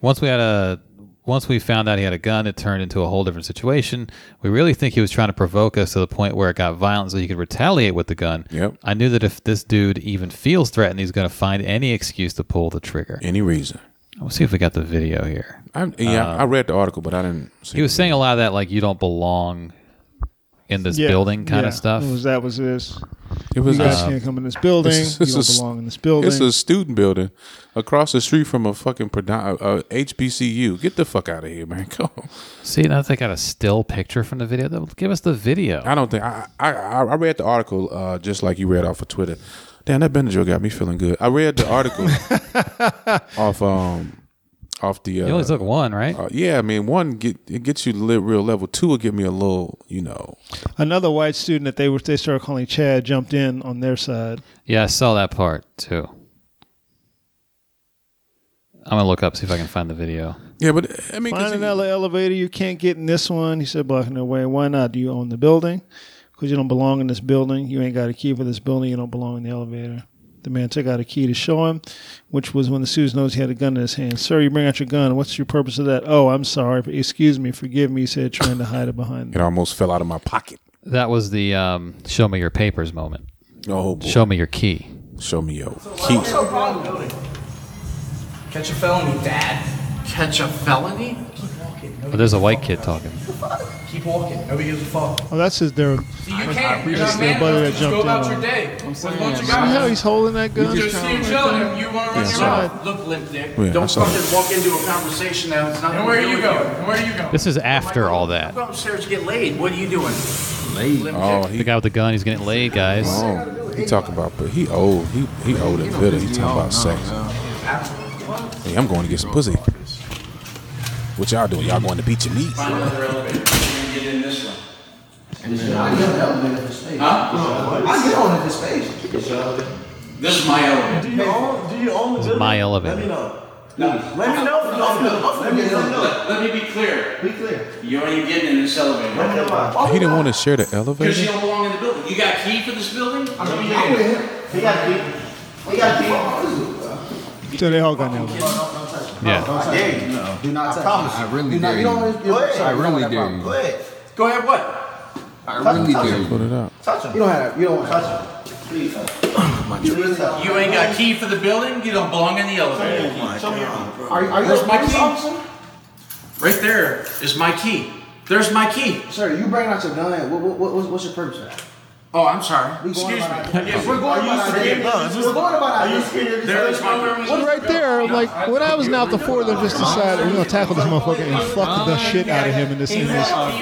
Once we had a once we found out he had a gun, it turned into a whole different situation. We really think he was trying to provoke us to the point where it got violent so he could retaliate with the gun.
Yep.
I knew that if this dude even feels threatened, he's going to find any excuse to pull the trigger.
Any reason?
Let's see if we got the video here.
I,
Uh,
yeah, I read the article, but I didn't see.
He was saying a lot of that like you don't belong in this
Yeah,
building kind
yeah.
of stuff.
It was that was this.
it was
You guys can't come in this building.
This is-
you don't
this is-
belong in this building.
It's a student building across the street from a fucking predom- uh, HBCU. Get the fuck out of here, man. Go.
see, now that they got a still picture from the video, they'll give us the video.
I don't think I I, I I read the article uh, just like you read off of Twitter. Damn, that Benadryl got me feeling good. I read the article off um off the. Uh,
you only took one, right?
uh, yeah, I mean, one get it gets you to live real level. Two will give me a little, you know.
Another white student that they were they started calling Chad jumped in on their side.
Yeah, I saw that part too. I'm gonna look up see if I can find the video.
Yeah, but I mean, 'cause
Find
you-
an ele- elevator you can't get in this one. He said, blocking the way. Why not? Do you own the building? Because you don't belong in this building. You ain't got a key for this building. You don't belong in the elevator. The man took out a key to show him, which was when the Susan knows he had a gun in his hand. Sir, you bring out your gun. What's your purpose of that? Oh, I'm sorry. Excuse me. Forgive me. He said, trying to hide it behind
it
me.
almost fell out of my pocket.
That was the um, show me your papers moment.
Oh boy, show,
Show me your key.
me your key.
Catch a felony, Dad.
Catch a felony?
Keep walking.
Oh, there's a white kid talking.
Keep walking. Nobody gives a fuck.
Oh, that's his. Their,
See, you can't. You're
Just
not
the
man
buddy
enough
that
to just
jumped
go about
in
your
on
day. With what you
see how
got.
he's holding that gun?
You see him chilling. him. You want to run your
Yeah.
mouth. Look limp, dick.
Yeah, I
Don't
saw
fucking
it.
walk into a conversation now. It's not
And where you go? And where you go?
This is after all that.
Go upstairs to get laid. What are you doing? Laid.
Oh,
The
he
guy with the gun, he's getting laid, guys.
Oh, he talking about, but he old. He he old and bitter. He talking about sex. Hey, I'm going to get some pussy. What y'all doing? Y'all going to beat your meat?
Get in this one. This is my element.
This is my elevator.
Let me be clear. Be clear. You ain't getting in this elevator.
He
Oh,
didn't want to share the
Because you
elevator.
don't belong in the building. You got a key for this building? Let me in.
So they all got nailed.
Yeah.
Do not touch I really do. You don't want I really do. Go ahead.
Go ahead, what?
I really do.
Put it up.
You don't have. You don't want to touch him. Please touch
You ain't got a key for the building? You don't belong in the elevator. Oh
Are, are you
Where's
a
my
police
key?
officer?
Right there is my key. There's my key.
Sir, you bringing out your gun. What, what, what, what's your purpose for that?
Oh, I'm sorry.
We
Excuse
going
me.
about our
Yes,
We're going
are you
about our
serious?
business. We're going about our business.
There is my
Well, right there, like when I was in out the four, they just decided we're gonna tackle this motherfucker and fuck the shit out of him in this in this.
Can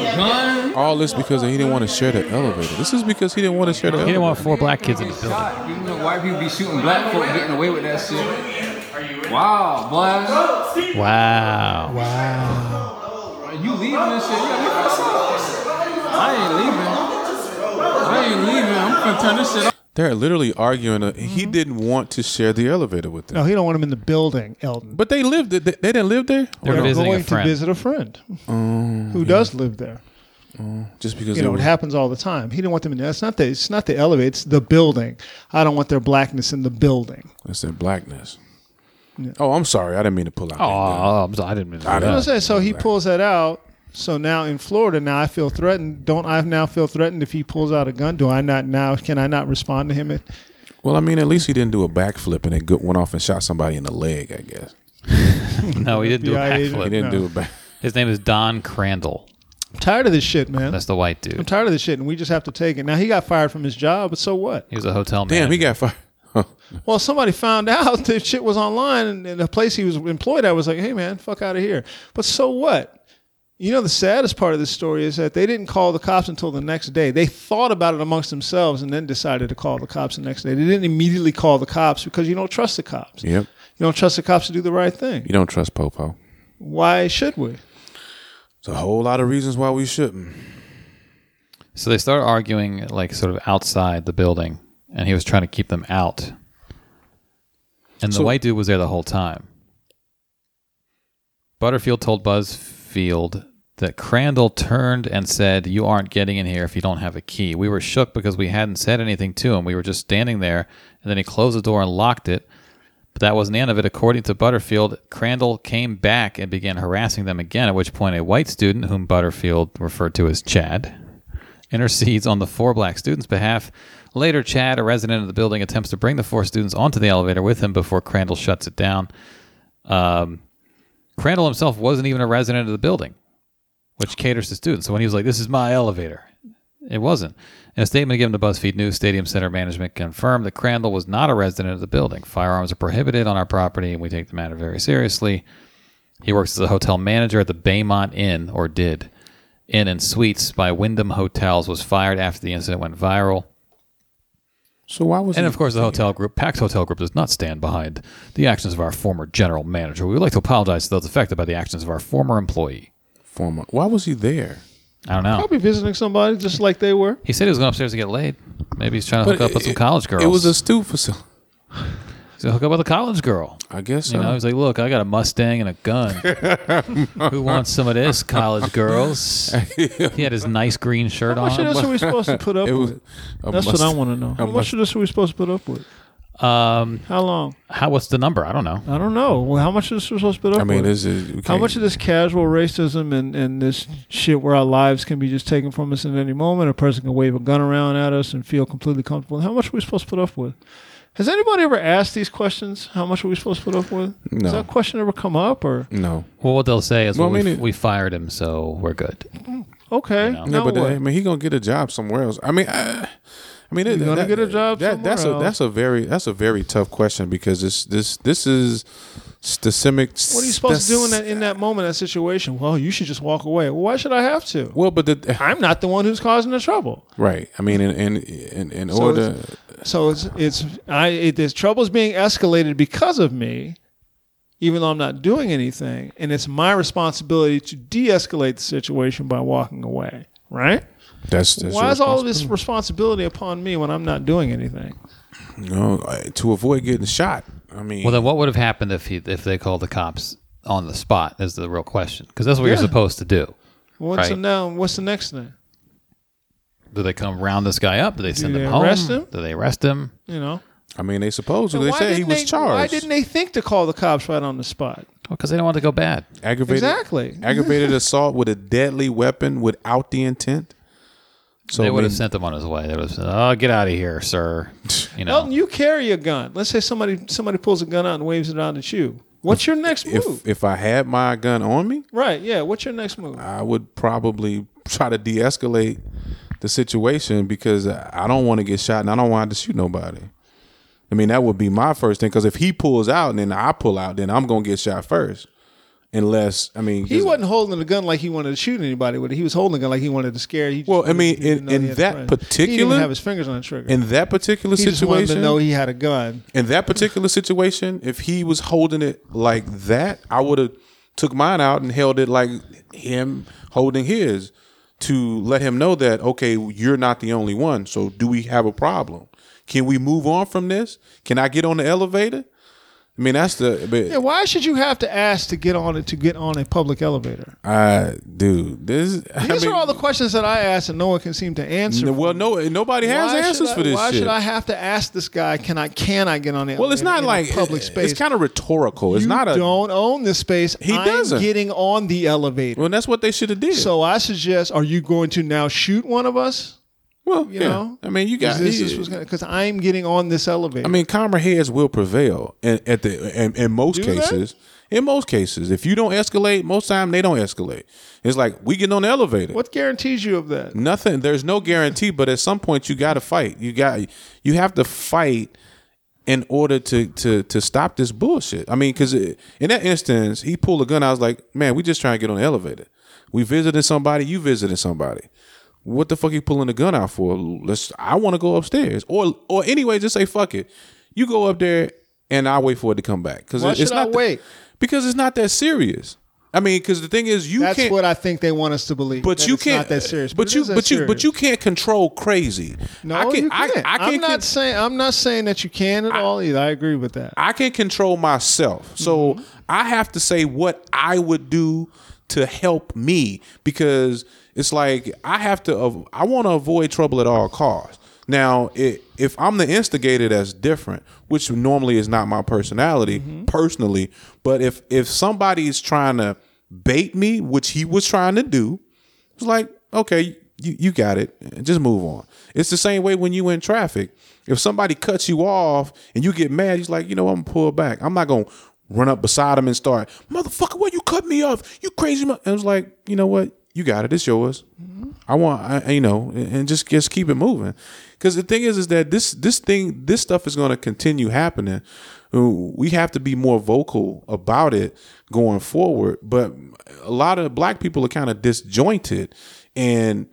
you
gun.
All this because he didn't want to share the elevator. This is because he didn't want to share the
He didn't
elevator.
want four black kids in
Get
his building.
shot. You know, white people be shooting black folk getting away with that shit. Wow, boy.
Wow.
You leaving this shit? Yeah, leave this shit. I ain't leaving. I ain't leaving. I'm gonna turn this shit off.
They're literally arguing. uh He didn't want to share the elevator with them.
Mm-hmm. No, he don't want him in the building, Elton.
But they lived. They, they didn't live there
They're
They're
visiting
going
a friend.
to visit a friend who does live there.
just because
You
they
know,
were-
it happens all the time. He didn't want them in there. It's not the it's not the elevator. It's the building. I don't want their blackness in the building.
It's their blackness. Oh, I'm sorry. I didn't mean to pull out.
Oh,
that gun.
I'm sorry, I didn't mean to.
You
do
I know.
know
that.
what I'm saying? So he pulls that out. So now in Florida, now I feel threatened. Don't I now feel threatened if he pulls out a gun? Do I not now? Can I not respond to him? At,
Well, I mean, at least he didn't do a backflip and it go- went off and shot somebody in the leg. I guess
No, he didn't do a
FBI agent.
he
backflip.
didn't
No.
do a back.
His name is Don Crandall.
I'm tired of this shit, man.
That's the white
I'm
dude.
tired of this shit, and we just have to take it. Now he got fired from his job, but so what?
He was a hotel man.
Damn, he got fired.
Well, somebody found out that shit was online, and, and the place he was employed at was like, "Hey, man, fuck out of here." But so what? You know, the saddest part of this story is that they didn't call the cops until the next day. They thought about it amongst themselves and then decided to call the cops the next day. They didn't immediately call the cops because you don't trust the cops.
yep.
You don't trust the cops to do the right thing.
You don't trust Popo.
Why should we?
It's a whole lot of reasons why we shouldn't.
So they started arguing, like, sort of outside the building, and he was trying to keep them out. And the
So-
white dude was there the whole time. Butterfield told BuzzField that Crandall turned and said, You aren't getting in here if you don't have a key. We were shook because we hadn't said anything to him. We were just standing there, and then he closed the door and locked it. But that wasn't the end of it. According to Butterfield, Crandall came back and began harassing them again, at which point a white student, whom Butterfield referred to as Chad, intercedes on the four black students' behalf. Later, Chad, a resident of the building, attempts to bring the four students onto the elevator with him before Crandall shuts it down. Um, Crandall himself wasn't even a resident of the building, which caters to students. So when he was like, This is my elevator, it wasn't. In a statement given to BuzzFeed News, Stadium Center management confirmed that Crandall was not a resident of the building. Firearms are prohibited on our property, and we take the matter very seriously. He works as a hotel manager at the Baymont Inn, or did. Inn and Suites by Wyndham Hotels was fired after the incident went viral.
So why was
And
he-
of course, the hotel group, PAX Hotel Group, does not stand behind the actions of our former general manager. We would like to apologize to those affected by the actions of our former employee.
former? Why was he there?
I don't know.
Probably visiting somebody just like they were.
He said he was going upstairs to get laid. Maybe he's trying to hook
But
up with some
it-
college girls.
It was a stew facility.
He's gonna hook up with a college girl.
I guess uh, so.
You know, he's like, look, I got a Mustang and a gun. Who wants some of this, college girls? He had his nice green shirt
How much of
on.
this are we supposed to put up
it was.
with?
a
That's
must-
what I want to know. How much
must-
of this are we supposed to put up with?
Um,
How long?
how? What's the number? I don't know.
I don't know. Well, how much of this are we supposed to put up
I mean,
with?
this is. we
How
can't-
much of this casual racism and, and this shit where our lives can be just taken from us at any moment? A person can wave a gun around at us and feel completely comfortable. How much are we supposed to put up with? Has anybody ever asked these questions? How much are we supposed to put up with?
No.
Has that question ever come up? Or
No.
Well, what they'll say is,
Well,
well,
I
we,
mean, it-
we fired him, so we're good.
okay,
Yeah,
now
but uh,
what?
I mean, he gonna get a job somewhere else. I mean, I, I mean,
gonna get a job
That, that's
somewhere
a that's a very that's a very tough question because this this this is systemic.
what are you supposed to do in that in that moment, that situation? Well, you should just walk away. Well, why should I have to?
Well, but the
I'm not the one who's causing the trouble.
right. I mean, in in in, in
So
order,
So it's it's I it, this trouble's being escalated because of me, even though I'm not doing anything, and it's my responsibility to de-escalate the situation by walking away. Right?
that's, that's
Why
your
is all of
responsibility.
this responsibility upon me when I'm not doing anything?
You know, uh, to avoid getting shot. I mean,
Well, then what would have happened if he if they called the cops on the spot? Is the real question because that's what you're
Yeah.
supposed to do.
What's the
Right.
now? What's the next thing?
Do they come round this guy up? Do they send
they
him home?
arrest him?
Do they arrest him?
You know?
I mean, they
And
supposedly they
why
said he
didn't
was
they-
charged.
Why didn't they think to call the cops right on the spot?
Because they don't want to go bad.
aggravated
Exactly.
aggravated assault with a deadly weapon without the intent? So
they
I
would have
mean,
sent him on his way. They would have said, "Oh, get out of here, sir." You know,
Elton, you carry a gun. Let's say somebody somebody pulls a gun out and waves it out at you. What's your next move?
if if I had my gun on me,
right? Yeah. What's your next move?
I would probably try to de-escalate the situation because I don't want to get shot and I don't want to shoot nobody. I mean, that would be my first thing because if he pulls out and then I pull out, then I'm gonna get shot first. unless I mean
He wasn't holding a gun like he wanted to shoot anybody with it. He was holding a gun like he wanted to scare. He
Well, I mean,
he didn't
in,
know he
in
had a
that
friend. he didn't
particular
even have his fingers on the trigger.
in that particular
he
situation,
just wanted to know he had a gun.
in that particular situation, if he was holding it like that, I would have took mine out and held it like him holding his to let him know that okay, you're not the only one. So do we have a problem? Can we move on from this? Can I get on the elevator? I mean, that's the but
Yeah, why should you have to ask to get on it to get on a public elevator?
I dude, this I
These
mean,
are all the questions that I ask and no one can seem to answer.
well, no, nobody has
Why should
answers
I-
for this.
Why
shit.
should I have to ask this guy? Can I can I get on it?
Well, it's not like
public space.
It's kind of rhetorical. It's
you
not a.
don't own this space.
He
I'm
doesn't.
getting on the elevator.
Well, that's what they should have did.
So I suggest: Are you going to now shoot one of us?
well,
You
yeah.
know,
I mean, you got.
because I'm getting on this elevator.
I mean, calmer heads will prevail in, at the in, in most
they?
cases. In most cases, if you don't escalate, most time they don't escalate. It's like we getting on the elevator.
what guarantees you of that?
Nothing. There's no guarantee, but at some point you got to fight. You got you have to fight in order to to to stop this bullshit. I mean, because in that instance, he pulled a gun. I was like, man, we just trying to get on the elevator. We visited somebody. You visited somebody. What the fuck you pulling the gun out for? Let's. I want to go upstairs, or or anyway, just say fuck it. You go up there, and I wait for it to come back. Because
Why
it's
should I
not that-
wait?
because it's not that serious. I mean, because the thing is, you
That's
can't.
what I think they want us to believe.
But
that
you
it's
can't.
Not that serious.
But,
it
you.
is that
But you. But
serious.
you can't control crazy.
No,
I can.
you can't.
I, I
am
can't.
not
con-
saying I'm not saying that you can at all either. I agree with that.
I can control myself. So
Mm-hmm.
I have to say what I would do to help me because it's like I have to. av- I want to avoid trouble at all costs. Now, i if I'm the instigator, that's different, which normally is not my personality
Mm-hmm.
personally. But if if somebody is trying to bait me, which he was trying to do, it's like, okay, you, you got it. Just move on. It's the same way when you in traffic. If somebody cuts you off and you get mad, he's like, you know, I'm gonna pull back. I'm not gonna run up beside him and start, motherfucker, why you cut me off? You crazy. mo-" And it's like, you know what? You got it. It's yours. I want, I, I- you know, and and just just keep it moving. Because the thing is, is that this this thing, this stuff is going to continue happening. Ooh, We have to be more vocal about it going forward. But a lot of black people are kind of disjointed and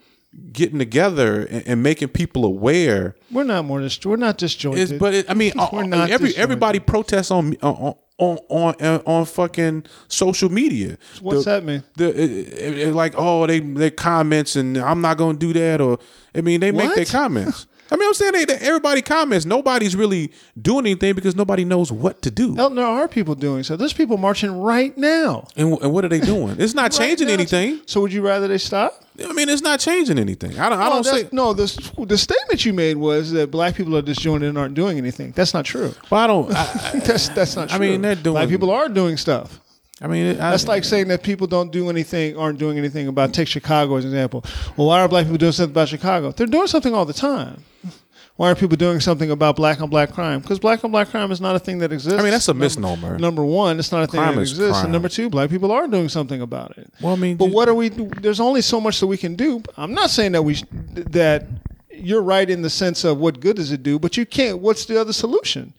getting together and, and making people aware.
We're not more. Dis- we're not disjointed.
It's, but it, I mean,
We're
uh,
not
every,
disjointed.
everybody protests on on on on, on fucking social media.
What's
The-
that mean?
the it- it- it- like oh they their comments and I'm not gonna do that or I mean they make their
What?
comments. I mean I'm saying they, they- everybody comments. Nobody's really doing anything because nobody knows what to do.
Elton, there are people doing so. There's people marching right now.
And, wh- and what are they doing? It's not changing
Right now.
anything.
So would you rather they stop?
I mean it's not changing anything. I don't I
no,
don't say
that's- no. The the statement you made was that black people are disjointed and aren't doing anything. That's not true.
well, I don't. I,
That's that's not true.
I mean, they're doing-
Black people are doing stuff.
I mean I,
That's like saying that people don't do anything, aren't doing anything about. Take Chicago as an example. Well, why are black people doing something about Chicago? They're doing something all the time. Why aren't people doing something about black on black crime? Because black on black crime is not a thing that exists.
I mean that's a
Number-
misnomer.
Number one, it's not a thing
Crime
that
is
exists,
crime.
and number two, black people are doing something about it.
Well, I mean,
but
you-
what are we? There's only so much that we can do. I'm not saying that we sh- that you're right in the sense of what good does it do, but you can't. What's the other solution?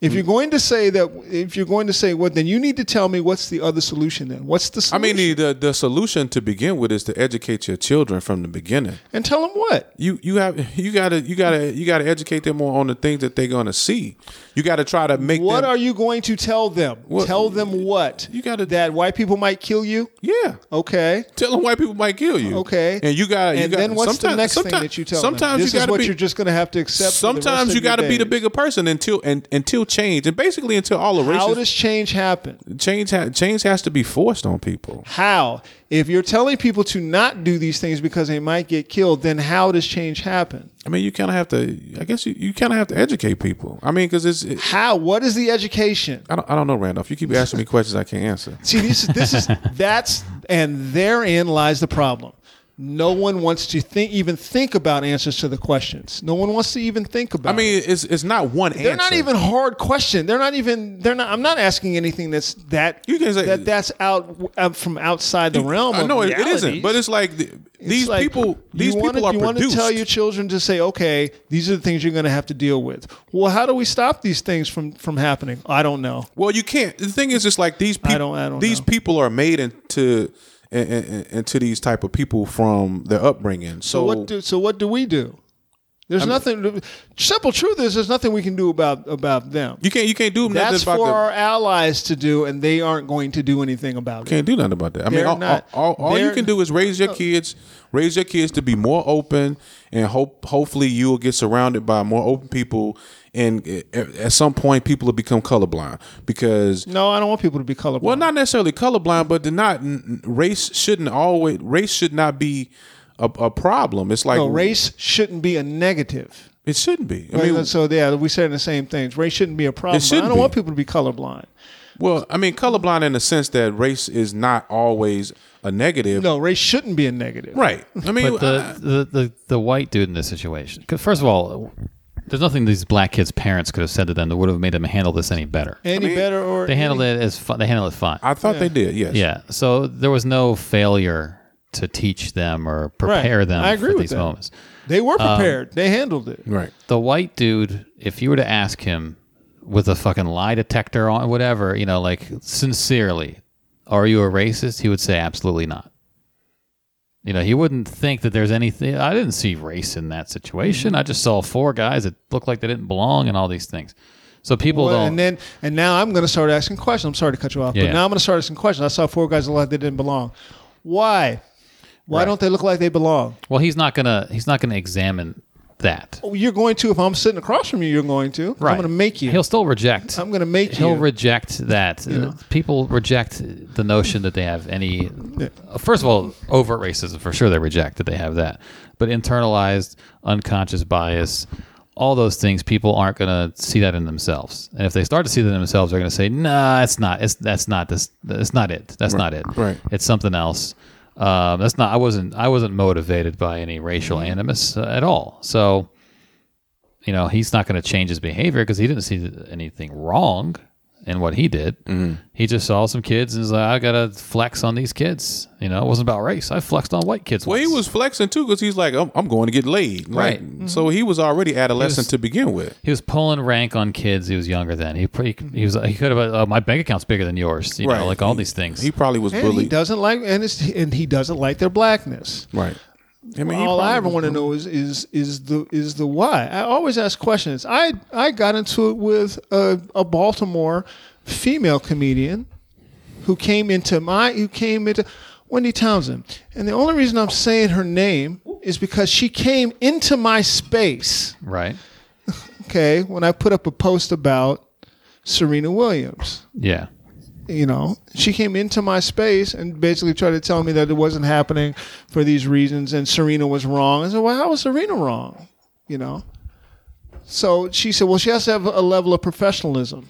If you're going to say that, if you're going to say what, then you need to tell me what's the other solution. Then what's the
I
solution?
mean the, the the solution to begin with is to educate your children from the beginning.
and tell them what.
you you have you gotta you gotta you gotta educate them on, on the things that they're gonna see. You gotta try to make
What
them,
are you going to tell them?
What-
tell them what.
You gotta-
that white people might kill you.
yeah.
Okay.
Tell them white people might kill you.
Okay.
and you got.
and
you got,
then what's the
sometimes-
next thing
sometimes-
that you tell them?
Sometimes
This
you
is
gotta
what
be,
you're just going to have to accept. for the rest
Sometimes
of
you
your
gotta be the
days.
bigger person until and until change and basically until all the
How
races
does change happen?
change ha- change has to be forced on people.
How? If you're telling people to not do these things because they might get killed, then how does change happen?
I mean, you kind of have to. I guess you, you kind of have to educate people. I mean, because it's. It,
How? What is the education?
I don't, I don't know, Randolph. You keep asking me questions I can't answer.
See, this is this is that's and therein lies the problem. No one wants to think even think about answers to the questions. No one wants to even think about.
I mean, it's it's not one answer.
They're not even hard question. They're not even. They're not. I'm not asking anything that's that.
You can say-
that that's out uh, from outside the realm.
I
of
know it, it
realities.
isn't, but it's like th-
It's
these
like,
people. These
you wanna-
people are
you wanna
produced.
tell your children to say, okay, these are the things you're going to have to deal with. Well, how do we stop these things from from happening? I don't know.
Well, you can't. The thing is, it's like these people.
don't- I don't
these
know.
people are made into in- in- into these type of people from their upbringing. So,
So what do so what do we do? There's nothing. Simple truth is, there's nothing we can do about about them.
you can't you can't do nothing
That's
about
for
that.
our allies to do, and they aren't going to do anything about it.
Can't do nothing about that. I mean,
They're
all,
not-
all, all, all you
they're-
can do is raise your kids, raise your kids to be more open, and hope hopefully you will get surrounded by more open people. And a- at some point, people will become colorblind because
No, I don't want people to be colorblind.
well, not necessarily colorblind, but they're not n- n- race shouldn't always race should not be a, a problem. It's like
no, race shouldn't be a negative.
It shouldn't be. I
I
mean,
mean, so yeah, we saying the same things. Race shouldn't be a problem. I
shouldn't
don't
be.
want people to be colorblind.
well, I mean, colorblind in the sense that race is not always a negative.
No, race shouldn't be a negative.
Right. I mean,
But the,
uh,
I-
the, the, the white dude in this situation, 'cause first of all, there's nothing these black kids' parents could have said to them that would have made them handle this any better.
Any better or
They handled
any-
it as fi- they handled it fine.
I, thought they did. Yes.
yeah. So there was no failure to teach them or prepare
Right.
them
I agree
for
with
these
that.
moments.
They were prepared. they handled it.
Right.
The white dude, if you were to ask him with a fucking lie detector on whatever, you know, like sincerely, are you a racist? He would say absolutely not. You know, he wouldn't think that there's anything. I didn't see race in that situation. I just saw four guys that looked like they didn't belong and all these things. So people
Well,
don't.
and then and now I'm going to start asking questions. I'm sorry to cut you off,
Yeah.
but now I'm going to start asking questions. I saw four guys that looked like they didn't belong. Why? Why don't they look like they belong?
well, he's not gonna. He's not gonna examine that.
Well, You're going to if I'm sitting across from you. You're going to. I'm going to make you.
He'll still reject.
I'm going to make
He'll
you.
reject that. Uh, People reject the notion that they have any. uh, First of all, overt racism for sure they reject that they have that, but internalized, unconscious bias, all those things people aren't going to see that in themselves. And if they start to see that in themselves, they're going to say, "Nah, it's not. It's that's not this. That's not it. That's not it.
right.
It's something else." Um, that's not. I wasn't. I wasn't motivated by any racial
Mm-hmm.
animus uh, at all. So you know, he's not going to change his behavior because he didn't see anything wrong in what he did.
Mm-hmm.
He just saw some kids and was like, I got to flex on these kids. You know, it wasn't about race. I flexed on white kids.
Well, he
once.
was flexing too because he's like, I'm, I'm going to get laid. Like,
Right.
Mm-hmm.
So he was already adolescent
He was-
to begin with.
He was pulling rank on kids. He was younger than he. He, he was. He could have. Uh, my bank account's bigger than yours. You know, like all
He-
these things.
He probably was
and he
bullied.
doesn't like and it's, and he doesn't like their blackness.
Right. I mean, he
All I
probably
ever
was
want to
bullied.
know is is is the is the why. I always ask questions. I I got into it with a, a Baltimore female comedian who came into my who came into Wendy Townsend. And the only reason I'm saying her name is because she came into my space.
right.
Okay, when I put up a post about Serena Williams
Yeah.
you know, she came into my space and basically tried to tell me that it wasn't happening for these reasons and Serena was wrong. I said, well, how was Serena wrong? You know? So she said, well, she has to have a level of professionalism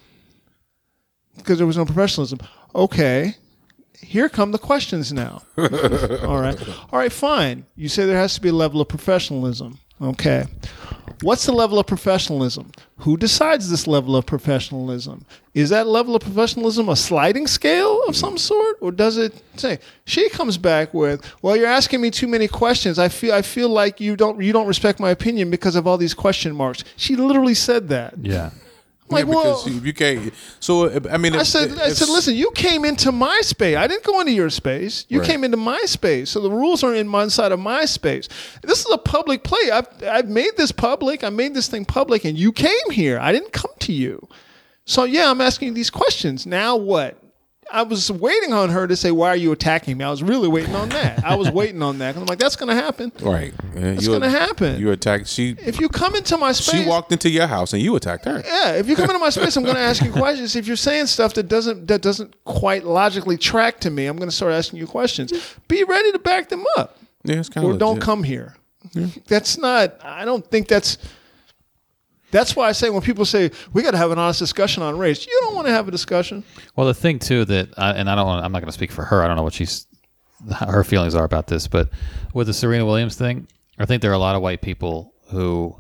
because there was no professionalism. Okay. Here come the questions now. All right. All right, fine. You say there has to be a level of professionalism. Okay. What's the level of professionalism? Who decides this level of professionalism? Is that level of professionalism a sliding scale of some sort, or does it say? She comes back with, "Well, you're asking me too many questions. I feel I feel like you don't you don't respect my opinion because of all these question marks." She literally said that. I'm
Yeah.
like,
Yeah,
well,
because you, you can't. So if- I mean,
I
if-
said, I
if-
said, listen, you came into my space. I didn't go into your space. You
Right.
came into my space. So the rules are in my inside of my space. This is a public play. I've, I've made this public. I made this thing public, and you came here. I didn't come to you. So yeah, I'm asking you these questions. Now what? I was waiting on her to say, why are you attacking me? I was really waiting on that. I was waiting on that. 'Cause I'm like, that's going to happen.
Right. It's
gonna happen.
You attacked. She
If you come into my space,
she walked into your house and you attacked her.
yeah, if you come into my space, I'm going to ask you questions. If you're saying stuff that doesn't that doesn't quite logically track to me, I'm going to start asking you questions. Be ready to back them up,
Yeah, it's kind
or
of.
don't come here. That's not. I don't think that's. That's why I say when people say we got to have an honest discussion on race, you don't want to have a discussion.
Well, the thing too that, I, and I don't, wanna, I'm not going to speak for her. I don't know what she's how her feelings are about this, but with the Serena Williams thing, I think there are a lot of white people who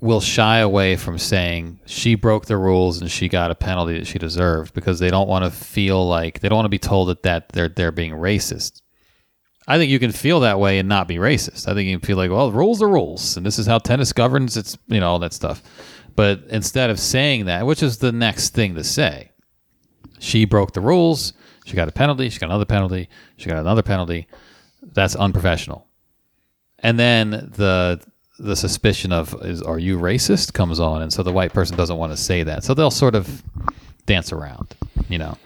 will shy away from saying she broke the rules and she got a penalty that she deserved because they don't want to feel like they don't want to be told that, that they're they're being racist. I think you can feel that way and not be racist. I think you can feel like, well, rules are rules, and this is how tennis governs. It's you know all that stuff. But instead of saying that, which is the next thing to say, she broke the rules. She got a penalty. She got another penalty. She got another penalty. That's unprofessional. And then the the suspicion of is are you racist comes on, and so the white person doesn't want to say that, so they'll sort of dance around, you know,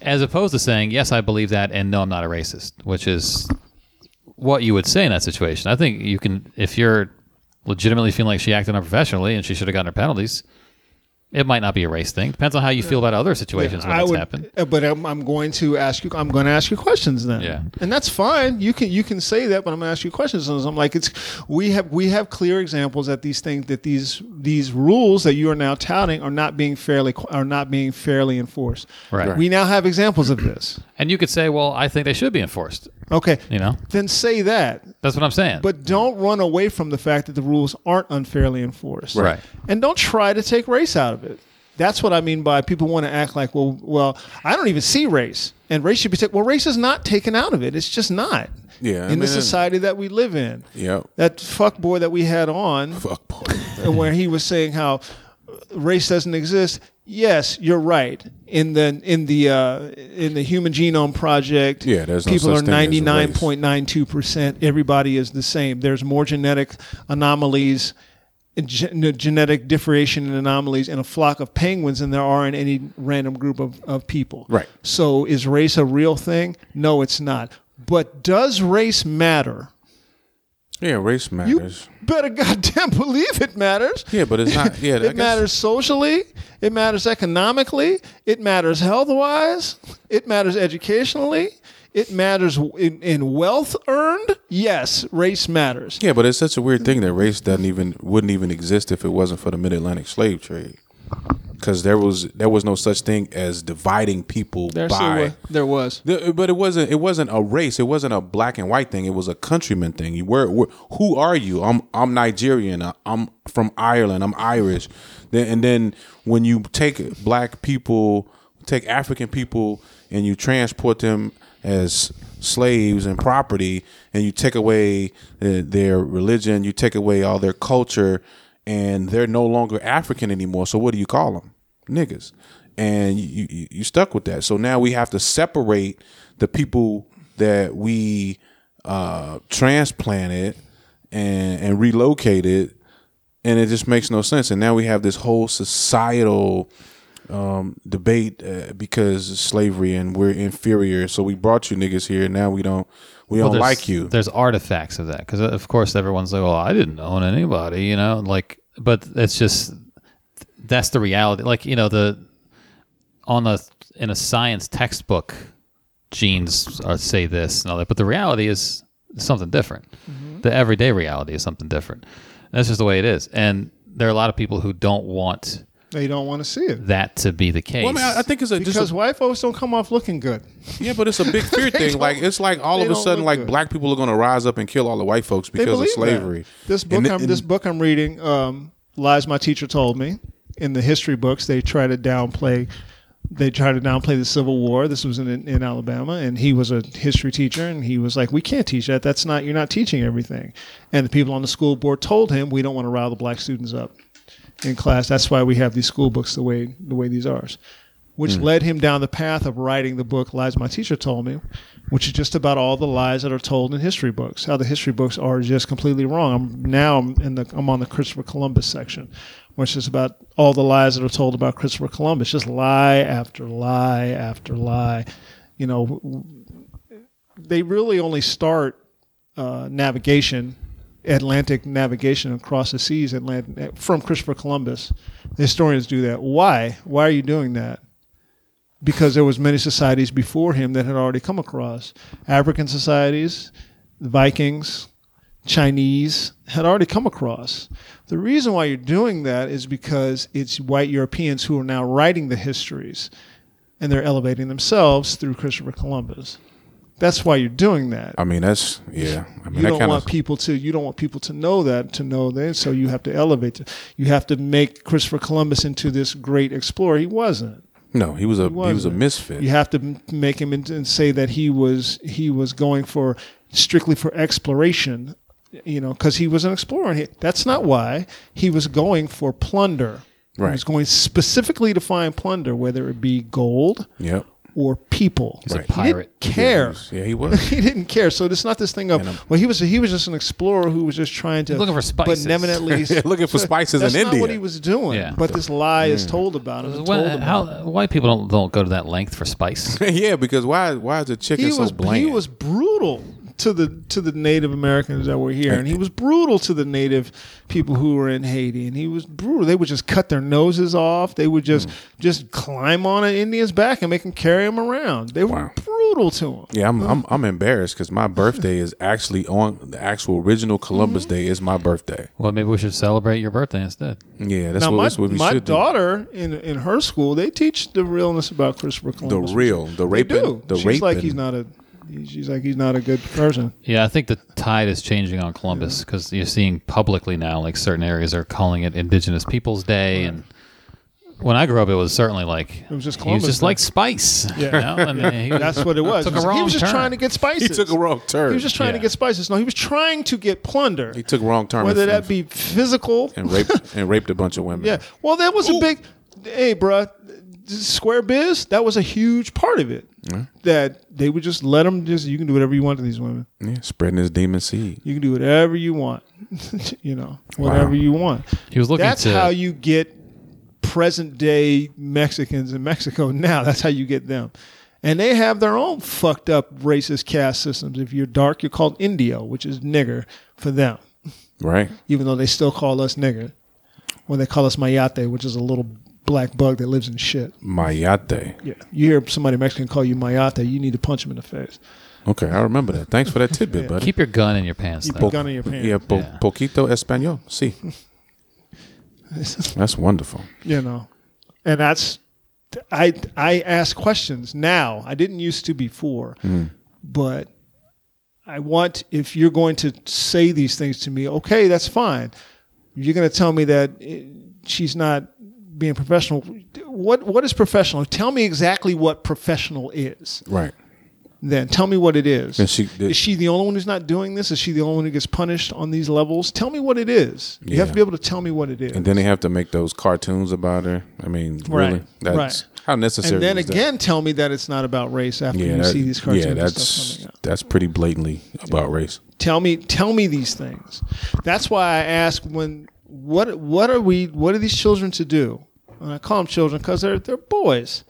as opposed to saying yes, I believe that, and no, I'm not a racist, which is what you would say in that situation. I think you can if you're legitimately feeling like she acted unprofessionally and she should have gotten her penalties. It might not be a race thing. Depends on how you feel about other situations when
I
it's
would,
happened.
uh, but I'm, I'm going to ask you. I'm going to ask you questions then.
Yeah.
and that's fine. You can you can say that, but I'm going to ask you questions. And I'm like, it's we have we have clear examples that these things that these these rules that you are now touting are not being fairly are not being fairly enforced.
Right. Right.
We now have examples of this.
And you could say, well, I think they should be enforced.
Okay.
You know,
Then say that,
that's what I'm saying.
but don't run away from the fact that the rules aren't unfairly enforced.
Right.
and don't try to take race out of it. That's what I mean by people want to act like, well, well, I don't even see race, and race should be taken. Well, race is not taken out of it. It's just not.
Yeah, I
in the
mean,
society that we live in,
Yep.
that fuck boy that we had on,
Fuck boy.
and where he was saying how race doesn't exist. Yes, you're right. In the in the uh, in the Human Genome Project,
Yeah, there's no
people
such
are
thing as race.
99.92 percent. Everybody is the same. There's more genetic anomalies, gen- genetic differentiation and anomalies in a flock of penguins than there are in any random group of, of people.
Right.
So is race a real thing? No, it's not. But does race matter?
Yeah, race matters.
Better goddamn believe it matters.
yeah, but it's not. Yeah, I guess-
It matters socially. It matters economically. It matters health wise. It matters educationally. It matters in, in wealth earned. Yes, race matters.
Yeah, but it's such a weird thing that race doesn't even wouldn't even exist if it wasn't for the Mid Atlantic slave trade. Because there was there was no such thing as dividing people
There's
by.
still wa- there was.
The- But it wasn't. It wasn't a race. It wasn't a black and white thing. It was a countryman thing. You were, were who are you? I'm I'm Nigerian. I'm from Ireland. I'm Irish. Then and then when you take black people, take African people, and you transport them as slaves and property, and you take away uh, their religion, you take away all their culture, and they're no longer African anymore. So what do you call them? niggas, and you, you you stuck with that. So now we have to separate the people that we uh, transplanted and and relocated, and it just makes no sense. And now we have this whole societal um, debate uh, because of slavery and we're inferior. So we brought you niggas here. Now we don't we don't
there's-
like you.
There's artifacts of that because, of course, everyone's like, "Well, I didn't own anybody," you know. Like, but it's just that's the reality. Like, you know, the on the in a science textbook, genes are, say this and all that, but the reality is something different.
Mm-hmm.
The everyday reality is something different. And that's just the way it is, and there are a lot of people who don't want
They don't want to see it
that to be the case.
Well, I mean, I, I think it's a, just a
because white folks don't come off looking good.
Yeah, but it's a big fear thing. Like it's like all
they
of a
don't
sudden,
look
like
good.
black people are going to rise up and kill all the white folks
They
because of
believe that.
slavery.
This book,
And-
I'm,
and-
this book I'm reading, um, lies my teacher told me. In the history books, they try to downplay. They try to downplay the Civil War. This was in in Alabama, and he was a history teacher, and he was like, "We can't teach that. That's not. You're not teaching everything." And the people on the school board told him, "We don't want to rile the black students up in class. That's why we have these school books the way the way these are." Which led him down the path of writing the book "Lies My Teacher Told Me," which is just about all the lies that are told in history books. How the history books are just completely wrong. I'm now I'm in the I'm on the Christopher Columbus section, which is about all the lies that are told about Christopher Columbus. Just lie after lie after lie. You know, w- they really only start uh, navigation, Atlantic navigation across the seas, Atlantic, from Christopher Columbus. The historians do that. Why? Why are you doing that? because there was many societies before him that had already come across African societies, the Vikings, Chinese had already come across. The reason why you're doing that is because it's white Europeans who are now writing the histories and they're elevating themselves through Christopher Columbus. That's why you're doing that.
I mean, that's yeah. I mean,
you
that
don't
kind
want
of
people to you don't want people to know that to know that so you have to elevate it. you have to make christopher columbus into this great explorer he wasn't
no. He was a he, was a
wasn't.
misfit.
you have to m- make him into, and say that he was he was going for strictly for exploration you know because he was an explorer He- that's not why he was going for plunder
Right.
he was going specifically to find plunder whether it be gold
Yep.
or people
He's a
He didn't
pirate.
care
Yeah, he was.
he didn't care. So it's not this thing of
um,
well, he was he was just an explorer who was just trying to
Looking for spices.
benevolently
Yeah, looking for spices
That's
in
not
India.
what he was doing.
Yeah.
But this lie
Hmm.
is told about him. and told
Why,
about
how,
him.
why people don't, don't go to that length for spice?
yeah, because why why is the chicken
He
so
was
bland?
he was brutal to the to the Native Americans that were here, and he was brutal to the Native people who were in Haiti, and he was brutal. They would just cut their noses off. They would
Hmm.
just just climb on an Indian's back and make him carry him around. They were
Wow.
brutal to him.
yeah, I'm I'm, I'm embarrassed because my birthday is actually on the actual original Columbus
Mm-hmm.
Day is my birthday.
Well, maybe we should celebrate your birthday instead.
Yeah, that's,
now
what,
my,
that's what we
my
should
daughter in in her school they teach the realness about Christopher
do. The
Columbus.
real, the
they
raping,
do.
the
she's
raping.
like he's not a. She's like he's not a good person.
Yeah, I think the tide is changing on Columbus because you're seeing publicly now, like certain areas are calling it Indigenous Peoples Day, and when I grew up, it was certainly like it
was just
he was
Columbus
just
Day.
like spice. you
Yeah.
know? I mean, he was-
That's what it was. He
Took
was-
a wrong
he was just
turn.
trying to get
he
spices.
took a wrong turn.
He was just trying to
Yeah.
get spices. No, he was trying to get plunder.
He took wrong turn.
Whether
and-
that be physical,
and raped and raped a bunch of women.
yeah. Well, that was a big. Hey, bruh, Square Biz. That was a huge part of it. That they would just let them just. You can do whatever you want to these women.
Yeah, spreading his demon seed.
You can do whatever you want. you know, whatever
Wow.
you want.
He was looking
That's
to-
how you get present day Mexicans in Mexico now. That's how you get them. And they have their own fucked up racist caste systems. If you're dark, you're called Indio, which is nigger for them,
Right.
even though they still call us nigger. When they call us Mayate, which is a little black bug that lives in shit.
Mayate.
Yeah. You hear somebody Mexican call you Mayate, you need to punch him in the face.
Okay, I remember that. Thanks for that tidbit, buddy.
keep your gun in your pants.
Keep
though.
your gun in your pants.
yeah, po-
Yeah.
poquito español. See, that's wonderful.
you know and that's i i ask questions now i didn't used to before
Hmm.
but i want if you're going to say these things to me okay that's fine you're going to tell me that eh, she's not being professional what what is professional tell me exactly what professional is
Right.
then tell me what it is
And she did-
is she the only one who's not doing this is she the only one who gets punished on these levels tell me what it is you have
Yeah.
to be able to tell me what it is
And then they have to make those cartoons about her. I mean,
Right,
really? That's
right.
how necessary.
And then
is that?
again, tell me that it's not about race after
yeah,
you
that-
see these cartoons
yeah,
and
that's
stuff coming out.
that's pretty blatantly about race.
Tell me, tell me these things. That's why I ask when what what are we? What are these children to do? And I call them children because they're they're boys.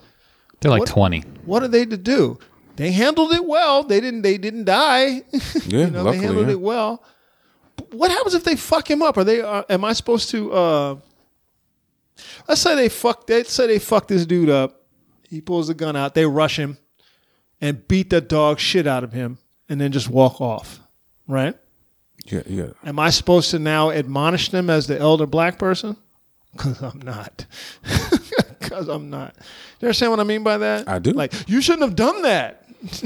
They're like
What-
twenty.
What are they to do? They handled it well. They didn't. They didn't die.
Yeah,
you know,
luckily,
they handled
yeah.
it well. But what happens if they fuck him up? Are they? Uh, am I supposed to? Uh, let's say they fuck. Let's say they fuck this dude up. He pulls the gun out. They rush him and beat the dog shit out of him, and then just walk off. Right?
yeah, yeah.
Am I supposed to now admonish them as the elder black person? Because I'm not. Because I'm not. You understand what I mean by that?
I do.
Like, you shouldn't have done that.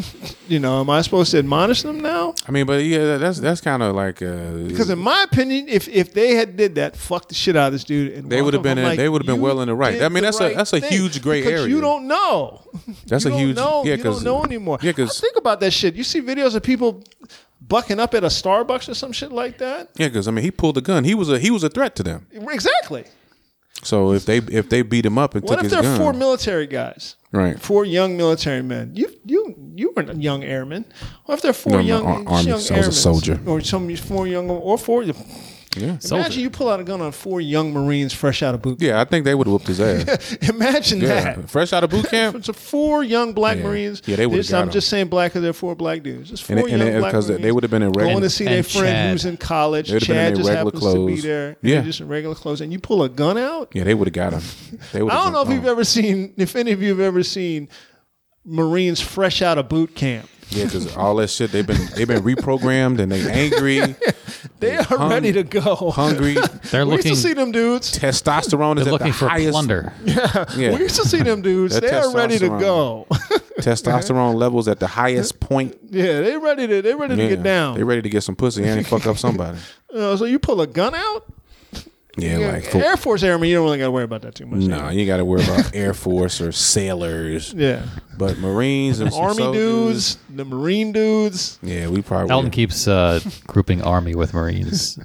you know, am I supposed to admonish them now?
I mean, but yeah, that's that's kind of like uh,
Because in my opinion, if if they had did that, fuck the shit out of this dude, and
They
walked
would've
off,
been
I'm
in- they would've been
you
well in the right.
did
I mean, that's a- that's a
thing
huge gray
because
area.
You don't know.
That's
You
a
don't
huge-
know,
yeah,
you don't
'cause-
know anymore.
yeah, 'cause-
think about that shit. You see videos of people bucking up at a Starbucks or some shit like that.
yeah, because I mean, he pulled the gun. He was a he was a threat to them.
Exactly.
So if they if they beat him up and
What
took
if
his
there are
gun,
four military guys?
right?
four young military men. You you you were a young airman. What if there are four
No, no,
young,
ar- army.
young
I was a
airmen?
soldier.
Or some four young or four.
Yeah.
Imagine you pull out a gun on four young Marines fresh out of boot.
Yeah, I think they would have whooped his ass.
Imagine
yeah,
that.
fresh out of boot camp.
It's a four young black
Yeah.
Marines.
Yeah, they would've
This-
got
I'm
'em.
just saying black because they're four black dudes. Just four
And it- and
young
it-
black
'cause they-
Marines
they would've been in
going
regular-
to see their
And
friend
Chad.
who's in college.
They'd've been in
Chad
their
just
regular
happens to be
clothes.
there.
Yeah.
Yeah, just in regular clothes, and you pull a gun out.
Yeah, they would have got him. They would.
I don't know if you've ever seen, if any of you have ever seen Marines fresh out of boot camp.
Yeah, because all that shit they've been they've been reprogrammed and they angry,
They are
hung-
ready to go.
hungry.
They're
we used
looking.
to see them dudes.
Testosterone is
They're
at
looking
the
for
highest.
plunder.
Yeah,
We used to see them dudes.
That
they are ready to
testosterone.
go.
testosterone levels at the highest point.
Yeah, they ready to they ready to
Yeah.
get down.
They ready to get some pussy and fuck up somebody.
Uh, so you pull a gun out.
Yeah,
Yeah,
like for,
Air Force airmen, you don't really got to worry about that too much.
no, you got to worry about Air Force or sailors.
Yeah.
but Marines and some
Army
soldiers-
dudes, the Marine dudes.
Yeah, we probably
Elton keeps uh, grouping army with Marines.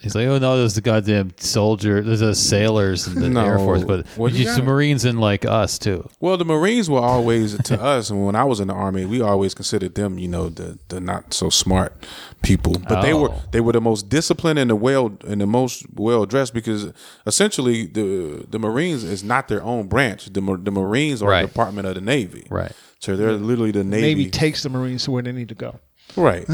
He's like, oh no, there's the goddamn soldier, there's the sailors and the
No.
Air Force, but
Well, you
you
gotta-
the Marines and like us too.
Well, the Marines were always to us, and when I was in the army, we always considered them, you know, the the not so smart people. But they were
Oh.
they were the most disciplined and the well and the most well dressed because essentially the the Marines is not their own branch. The Mar- the Marines are a
Right.
department of the Navy,
Right.
So they're literally the
Navy
Navy,
takes the Marines to where they need to go.
right?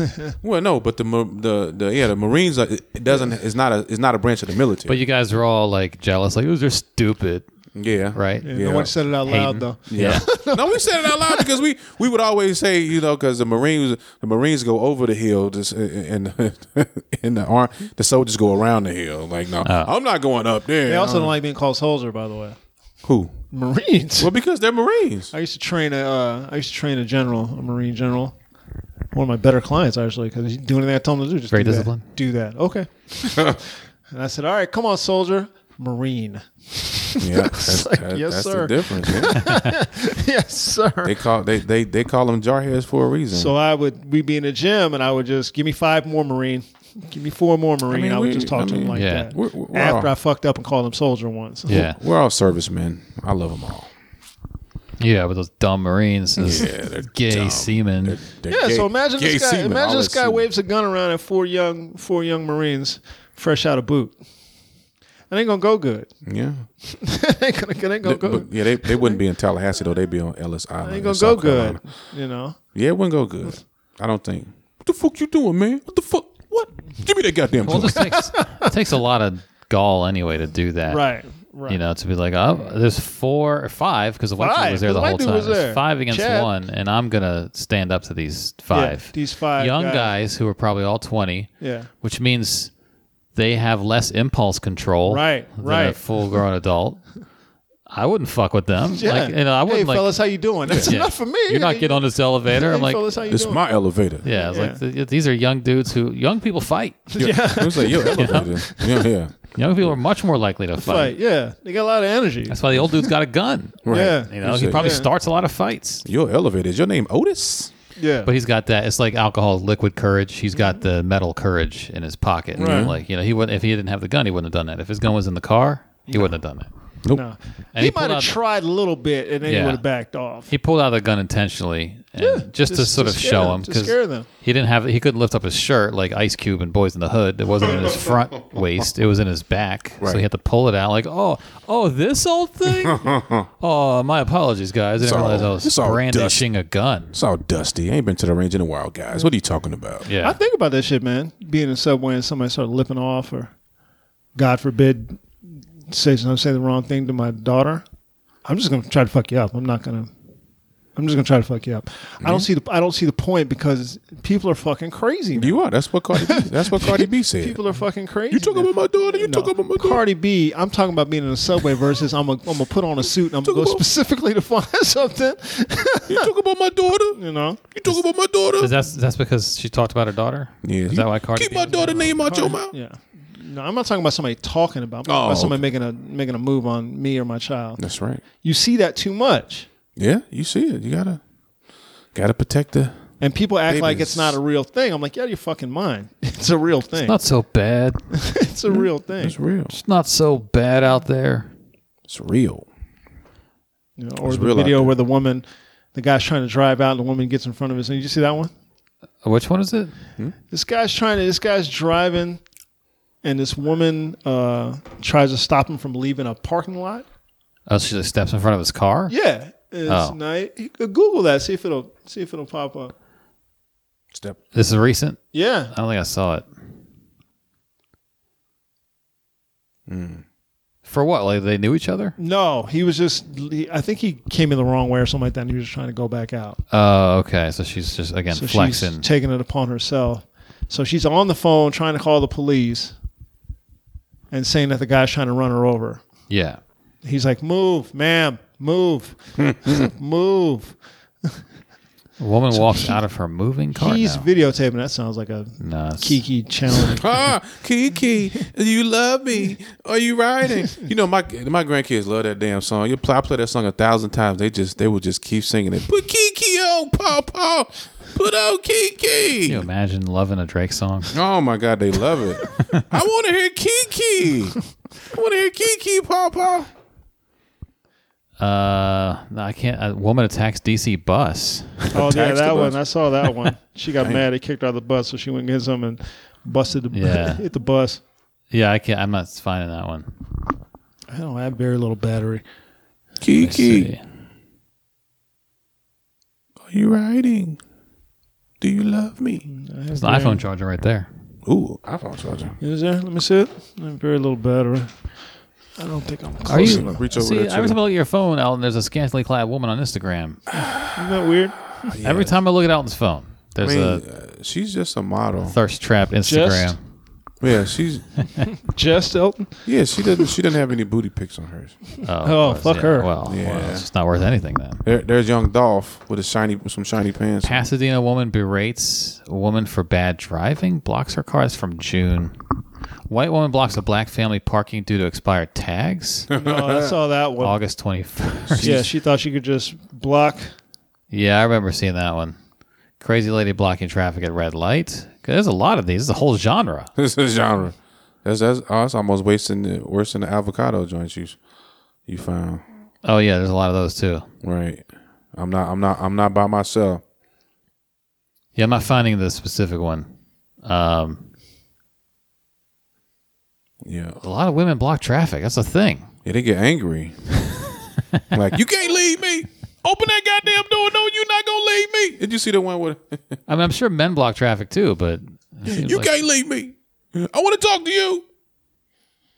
well, no, but the Mar- the the yeah, the Marines are, it doesn't it's not a it's not a branch of the military.
But you guys were all like jealous, like, oh, they're stupid,
yeah,
right?
Yeah. No one said it out loud
Hating.
though.
Yeah.
no, we said it out loud because we we would always say, you know, because the Marines the Marines go over the hill, just and and the arm the soldiers go around the hill. Like, no, I'm not going up there.
They also don't like being called soldier, by the way.
who?
Marines.
Well, because they're Marines.
I used to train a uh, I used to train a general, a Marine general. One of my better clients actually, because he do anything I told him to do. Just
Very
do that.
disciplined.
Do that. Okay. and I said, all right, come on, soldier, Marine.
Yeah, that's,
like,
that-
yes,
that's
sir.
the difference. yeah.
yes, sir.
they call they they they call them jarheads for a reason.
So I would we'd be in the gym, and I would just give me five more Marine, give me four more Marine. I,
mean,
would
we-
just talk
I
to him
mean,
like
yeah.
that.
We're- we're
After
all-
I fucked up and called him soldier once.
Yeah.
we're all servicemen. I love them all.
Yeah, with those dumb Marines, those
Yeah, they're
gay
dumb.
semen.
They're
Yeah,
gay-
so imagine
gay
this guy.
seamen, all
imagine this
that
guy
semen.
waves a gun around at four young four young Marines, fresh out of boot. That ain't gonna go good.
Yeah,
That ain't gonna, that ain't gonna Oh, go.
but, yeah, they, they wouldn't be in Tallahassee though. They'd be on Ellis Island.
that ain't
in
gonna go
South
good.
Carolina.
You know.
Yeah, it wouldn't go good. I don't think. What the fuck you doing, man? What the fuck? What? Give me that goddamn
Well, it
joint.
just takes it takes a lot of gall anyway to do that,
Right. Right.
You know, to be like, oh, there's four or five because the white
Five,
dude was there
'cause
the
white
whole
dude
time.
was
There's
there.
five against
Chad.
one, and I'm gonna stand up to these five.
these five
young
guys.
guys. who are probably all twenty.
Yeah.
which means they have less impulse control,
Right,
than a
right.
full-grown adult. I wouldn't fuck with them.
Yeah.
Like, you know, I
hey,
wouldn't like.
fellas, how you doing? That's
yeah.
enough for me.
You're not
Hey,
getting on this elevator.
hey,
I'm like,
fellas, how you
It's
doing?
my elevator.
yeah, I was like,
Yeah.
th- these are young dudes who young people fight.
yeah. It's like your elevator. Yeah, yeah.
Young people are much more likely to
Fight.
fight.
Yeah, they got a lot of energy.
That's why the old dude's got a gun.
Right.
Yeah.
You know,
You
he
said-
probably
Yeah.
starts a lot of fights.
Your elevator. Is your name Otis?
yeah,
But he's got that. It's like alcohol, liquid courage. He's got the metal courage in his pocket.
Mm-hmm. Right.
Like you know, he would if he didn't have the gun, he wouldn't have done that. If his gun was in the car, he wouldn't have done that.
Nope.
no.
and
he
he
might
pulled
have
out the-
tried a little bit, and then he
Yeah.
would have backed off.
He pulled out the gun intentionally, and just, to
just
sort
to
of
scare
show
them,
him
to scare them.
he didn't have he couldn't lift up his shirt like Ice Cube and Boys in the Hood. It wasn't in his front waist; it was in his back. So
Right.
he had to pull it out. Like, oh, oh, this old thing. oh, my apologies, guys. I didn't
all-
realize I
it's
was
all
brandishing a gun.
It's all dusty. I ain't been to the range in a while, guys. What are you talking about?
Yeah,
I think about that shit, man. Being in the subway and somebody started lipping off, or God forbid, say something, say the wrong thing to my daughter. I'm just gonna try to fuck you up. I'm not gonna. I'm just gonna try to fuck you up. I don't see the. I don't see the point because people are fucking crazy. now.
You are. That's what Cardi B. That's what Cardi B said.
People are fucking crazy.
you took
now.
about my daughter. You
No.
took about my daughter.
Cardi B, I'm talking about being in the subway versus I'm gonna I'm put on a suit and I'm gonna go
Talk about-
specifically to find something.
You took about my daughter.
You know,
You took about my daughter.
Is that's that's because she talked about her daughter.
yeah.
is that why Cardi
Keep
B
my
was-
daughter name out your mouth.
yeah. No, I'm not talking about somebody talking about. I'm talking
Oh,
about somebody
okay.
making a making a move on me or my child.
That's right.
You see that too much,
Yeah, you see it. You gotta gotta protect the.
and people act like
Babies.
it's not a real thing. I'm like, yeah, you're fucking mine. It's a real thing. It's,
Not so bad.
a real thing.
It's real.
It's not so bad out there.
It's real.
You know, or
It's
the
real out
video
there.
where the woman, the guy's trying to drive out, and the woman gets in front of us. And you see that one?
Uh, Which one is it?
this guy's trying to this guy's driving and this woman uh tries to stop him from leaving a parking lot
Oh, she just steps in front of his car.
yeah it's
Oh.
night uh, google that see if it'll see if it'll pop up
Step.
This is recent.
yeah
I don't think I saw it. For what? Like they knew each other?
no he was just he- i think he came in the wrong way or something like that and he was just trying to go back out
Oh, okay. So she's just again
so she's
flexing.
taking it upon herself so she's on the phone trying to call the police and saying that the guy's trying to run her over
yeah.
he's like, "Move, ma'am, move, move."
A woman walks out of her moving car.
He's
now.
videotaping. That sounds like a
Nah, it's-
Kiki challenge.
ah, Kiki, you love me. Are you riding? You know, my my grandkids love that damn song. You play, I play that song a thousand times. They just they will just keep singing it. Put Kiki on, Papa. Put on Kiki.
Can you imagine loving a Drake song?
Oh my God, they love it. I want to hear Kiki. I want to hear Kiki, Papa.
Uh, no, I can't. A woman attacks DC bus.
oh yeah,
Attacks the
that
bus.
one. I saw that one. She got mad. He kicked her out of the bus, so she went and get some and busted the
Yeah.
hit the bus.
Yeah, I can't. I'm not finding that one.
I don't have very little battery.
Let's see.
Kiki, are you riding? Do you love me?
There's an iPhone charger right there.
Ooh, iPhone charger.
Is there? Let me see it. I have very little battery. I don't think I'm. Close.
Are you?
enough. Reach over
see,
there,
every
too.
time I look at your phone, Alton, there's a scantily clad woman on Instagram.
Isn't that weird?
Every time I look at Alton's phone,
I
there's
mean,
a
uh, she's just a model.
thirst trapped Instagram.
Yeah, she's
Just Elton.
yeah. She doesn't. She doesn't have any booty pics on hers.
Oh,
Plus,
fuck
yeah,
her.
Well,
Yeah.
well, it's just not worth anything then.
There, there's young Dolph with a shiny, with some shiny pants.
Pasadena woman berates a woman for bad driving, blocks her car. That's from June. White woman blocks a black family parking due to expired tags.
No, Oh, I saw that one.
August 21st.
Yeah, she thought she could just block.
Yeah, I remember seeing that one. Crazy lady blocking traffic at red light. 'Cause There's a lot of these. There's a whole genre.
This is genre. That's that's, oh, that's almost wasting the, worse than the avocado joints you you found.
Oh yeah, there's a lot of those too.
Right. I'm not. I'm not. I'm not by myself.
Yeah, I'm not finding the specific one. Um,
Yeah.
a lot of women block traffic. That's a thing.
Yeah. They get angry. like you can't leave me. Open that goddamn door. No, you're not gonna leave me. Did you see the one with?
I mean, I'm sure men block traffic too, but it seems
you
like-
can't leave me. I want to talk to you.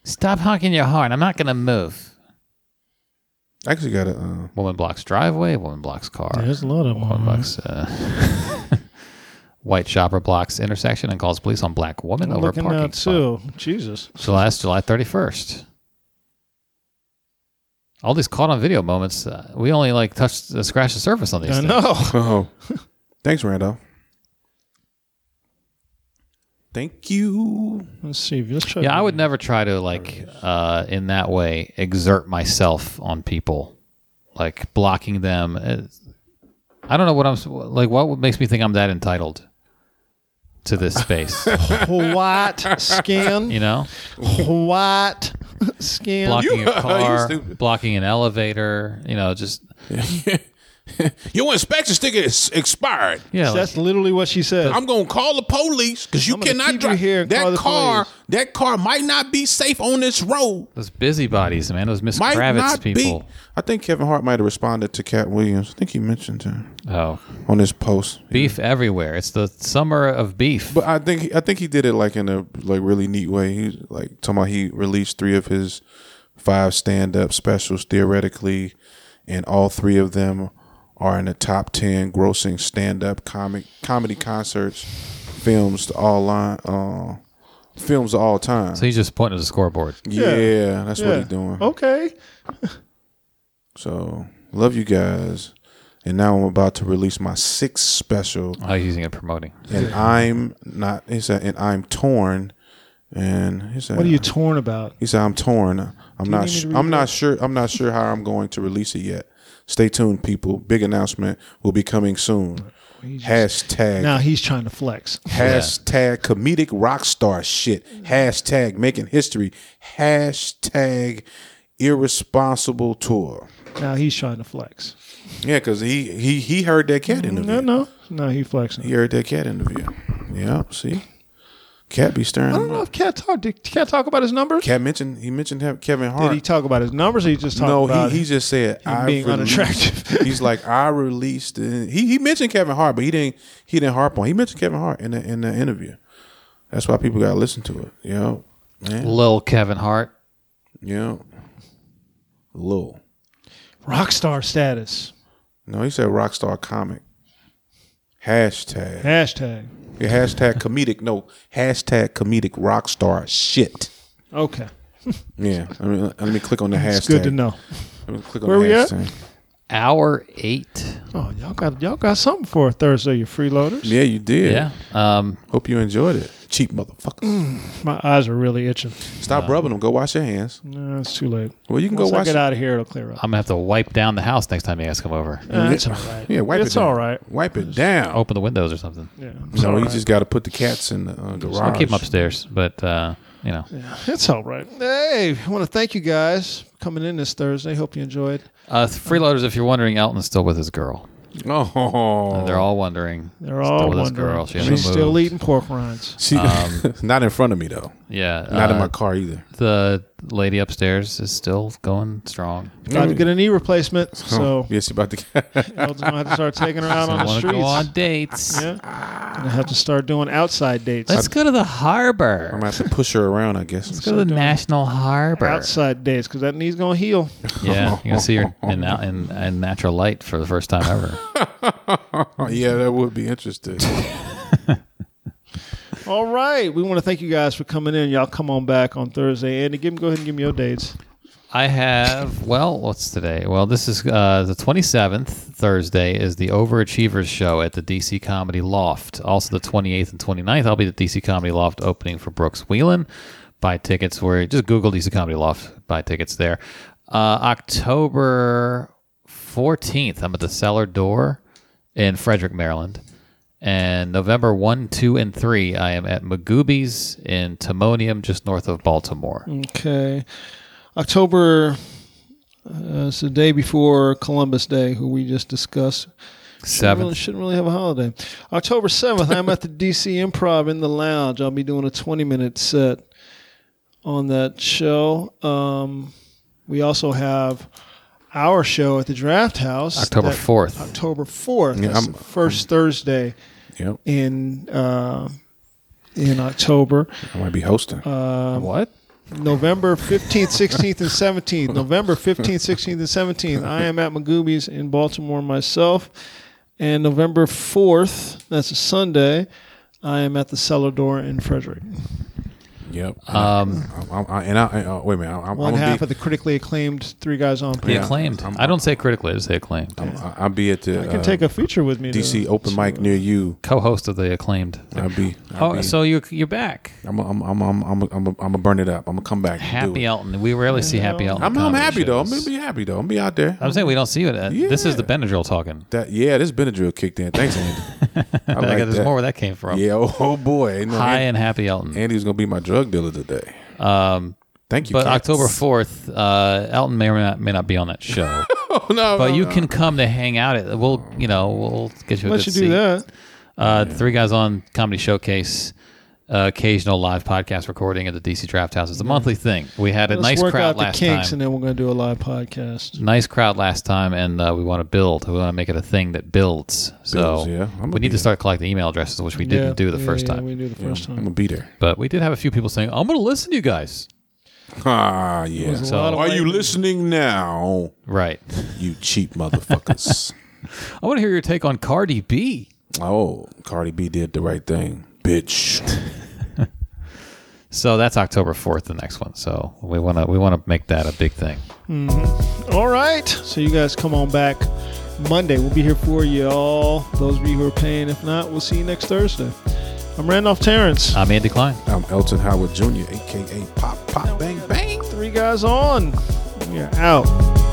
stop honking your horn. I'm not gonna move.
I actually got a. Uh,
Woman blocks driveway. Woman blocks car.
There's a lot of
Woman
them.
blocks. Uh, white shopper blocks intersection and calls police on black woman
I'm
over
looking
parking
at
spot.
too. Jesus.
So that's July 31st. All these caught on video moments, uh, we only like touched, uh, scratched the surface on these.
I
things.
know.
Oh, thanks, Randall. Thank you.
Let's see. Let's try.
Yeah, I
Mm-hmm.
would never try to like uh, in that way exert myself on people, like blocking them. Uh, I don't know what I'm s- like. What makes me think I'm that entitled to this space?
What scan?
you know,
What scan?
blocking a
you
car,
stupid.
blocking an elevator. You know, just
Your inspection sticker is expired.
yeah, like,
That's literally what she said.
I'm gonna call the police because you
I'm gonna
cannot
keep you
drive
here and call
that
the
car.
police.
That car might not be safe on this road.
those busybodies, man. Those Miss
Might
Kravitz
not
people.
be. I think Kevin Hart might have responded to Cat Williams. I think he mentioned her
Oh,
on his post.
beef everywhere. It's the summer of beef.
But I think I think he did it like in a like really neat way. He was like talking about he released three of his five stand up specials theoretically, and all three of them are in the top ten grossing stand up comic comedy concerts films to all line uh, films of all time.
so he's just pointing to the scoreboard.
yeah, that's what he's doing.
Okay.
So love you guys. And now I'm about to release my sixth special
Oh, he's using it promoting.
and I'm not he said and I'm torn and he said
What are you torn about?
He said, "I'm torn. I'm not. Sh- I'm not sure. I'm not sure how I'm going to release it yet. Stay tuned, people. Big announcement will be coming soon. Hashtag.
Now he's trying to flex.
Hashtag comedic rock star shit. Hashtag making history. Hashtag irresponsible tour.
Now he's trying to flex.
Yeah, because he he he heard that cat interview.
No, no, no. He flexing.
He heard that cat interview. Yeah, see, cat be stirring.
I don't
him
know
up.
if Cat talk. Did Cat talk about his numbers?
Cat mentioned he mentioned have- Kevin Hart.
Did he talk about his numbers? Or he just talked
no,
about
he, he just said I
being
released-
unattractive.
he's like I released. It. He he mentioned Kevin Hart, but he didn't he didn't harp on. He mentioned Kevin Hart in the in the interview. That's why people gotta listen to it. You know, man.
Lil Kevin Hart.
You know, Lil.
rock star status?
No, he said rock star comic. Hashtag
Hashtag.
Yeah, hashtag comedic. No hashtag comedic rock star shit.
Okay,
Yeah, I mean, let me click on the hashtag.
it's good to know.
Let me click on
Where
the
we at?
hashtag.
Hour eight.
Oh, y'all got y'all got something for a Thursday, you freeloaders.
Yeah, you did.
Yeah. Um,
Hope you enjoyed it. Cheap motherfucker.
My eyes are really itching.
Stop rubbing them. Go wash your hands.
No, it's too late.
Well, you can
Once
go
I
wash.
get
your-
out of here, it'll clear up.
I'm gonna have to wipe down the house next time you guys come over.
Uh, it's all right.
Yeah, wipe
it's
it. down.
all right.
Wipe it down.
Open the windows or something.
Yeah, it's
no,
all
you
right.
just got to put the cats in the uh, garage.
I'll keep them upstairs, but uh, you know,
It's all right. Hey, I want to thank you guys for coming in this Thursday. Hope you enjoyed.
uh, freeloaders. If you're wondering, Elton's still with his girl.
Oh,
They're all wondering.
They're all
still with his
wondering.
girl. She hasn't
She's still
moved.
eating pork rinds.
She- not in front of me though.
Yeah,
Not in
um, uh,
my car either.
The lady upstairs is still going strong.
Got to get a knee replacement,
Oh,
so
yes, you about to.
Elton's gonna have to start taking her out on the
Want to
streets.
go on dates?
Yeah, gonna have to start doing outside dates.
Let's go to the harbor.
I'm gonna have to push her around. I guess.
Let's go to the National Harbor.
outside dates because that knee's gonna heal.
Yeah, you're gonna see her in, out- in, in natural light for the first time ever.
Oh, yeah, that would be interesting.
All right, we want to thank you guys for coming in. Y'all come on back on Thursday. Andy, give me go ahead and give me your dates.
I have well, what's today? Well, this is uh, the 27th. Thursday is the Overachievers show at the DC Comedy Loft. Also, the 28th and 29th, I'll be at the DC Comedy Loft opening for Brooks Wheelan. Buy tickets where just Google DC Comedy Loft. Buy tickets there. Uh, October 14th, I'm at the Cellar Door in Frederick, Maryland. And November 1, 2, and 3, I am at Magoobies in Timonium, just north of Baltimore.
Okay, October. Uh, it's the day before Columbus Day, who we just discussed.
Seventh.
Really, shouldn't really have a holiday. October 7th, I'm at the DC Improv in the Lounge. I'll be doing a 20 minute set on that show. Um, we also have our show at the Draft House.
October
that-
4th.
October 4th.
Yeah,
That's
I'm-
the first Thursday
yep,
in, uh, in October.
I might be hosting.
Uh,
what?
November 15th, 16th, and 17th. November 15th, 16th, and 17th. I am at Magoobies in Baltimore myself. And November 4th, that's a Sunday, I am at the Cellar Door in Frederick.
yep. Um, I, I, and I, I, oh, wait a minute. I, I'm,
One
I'm gonna
half
be,
of the critically acclaimed Three Guys on
Be
Panel.
Yeah,
acclaimed.
I'm-
I don't say critically, I just say acclaimed.
I- I'll be at the
I can
uh,
take a feature with me. to-
DC open mic near you.
Co-host of the acclaimed.
I'll be. I'll
Oh,
be
so you're you're back.
I'm. I'm. I'm. I'm. I'm. I'm. I'm gonna burn it up. I'm gonna come back. and do
Happy
it.
Elton. We rarely see Happy Elton.
I'm.
at
I'm
comedy
happy though. I'm
shows.
gonna be happy though. I'm gonna be out there.
I'm saying we don't see you. At, This is the Benadryl talking.
That yeah, this Benadryl kicked in. Thanks, Andy. I
I
like
got there's
that.
more where that came from.
Yeah. Oh, oh, boy. Ain't no
High
Andy-
and Happy Elton.
Andy's gonna be my drug dealer today.
Um,
Thank you.
but
cats.
October 4th, uh, Elton may or may not, may not be on that show.
Oh, no,
but
no,
you
no.
can come to hang out at. We'll you know we'll get you a
Let
good
you
seat.
do that.
Uh, Three guys on comedy showcase. Uh, occasional live podcast recording at the DC Draft House. It's a monthly thing. We had a
Let's
nice
work
crowd
out the
last
kinks,
time.
and then we're going to do a live podcast.
nice crowd last time, and uh, we want to build. We want to make it a thing that builds. So
Builds, yeah. I'm gonna
we
be
need to
there.
start collecting email addresses, which we didn't
Yeah,
do the
yeah,
first
yeah,
time.
We do the first
I'm
time.
gonna be there.
but we did have a few people saying, "I'm going to listen to you guys."
Ah, yeah.
a lot of
Are you
waiting.
listening now?
Right.
You cheap motherfuckers.
I want to hear your take on Cardi B.
oh, Cardi B did the right thing, bitch.
So that's October fourth, the next one. So we want to we want to make that a big thing.
All right. So you guys come on back Monday. We'll be here for you all. Those of you who are paying, if not, we'll see you next Thursday. I'm Randolph Terrence.
I'm Andy Klein.
I'm Elton Howard Jr., aka Pop Pop Bang Bang.
Three guys on. We're out.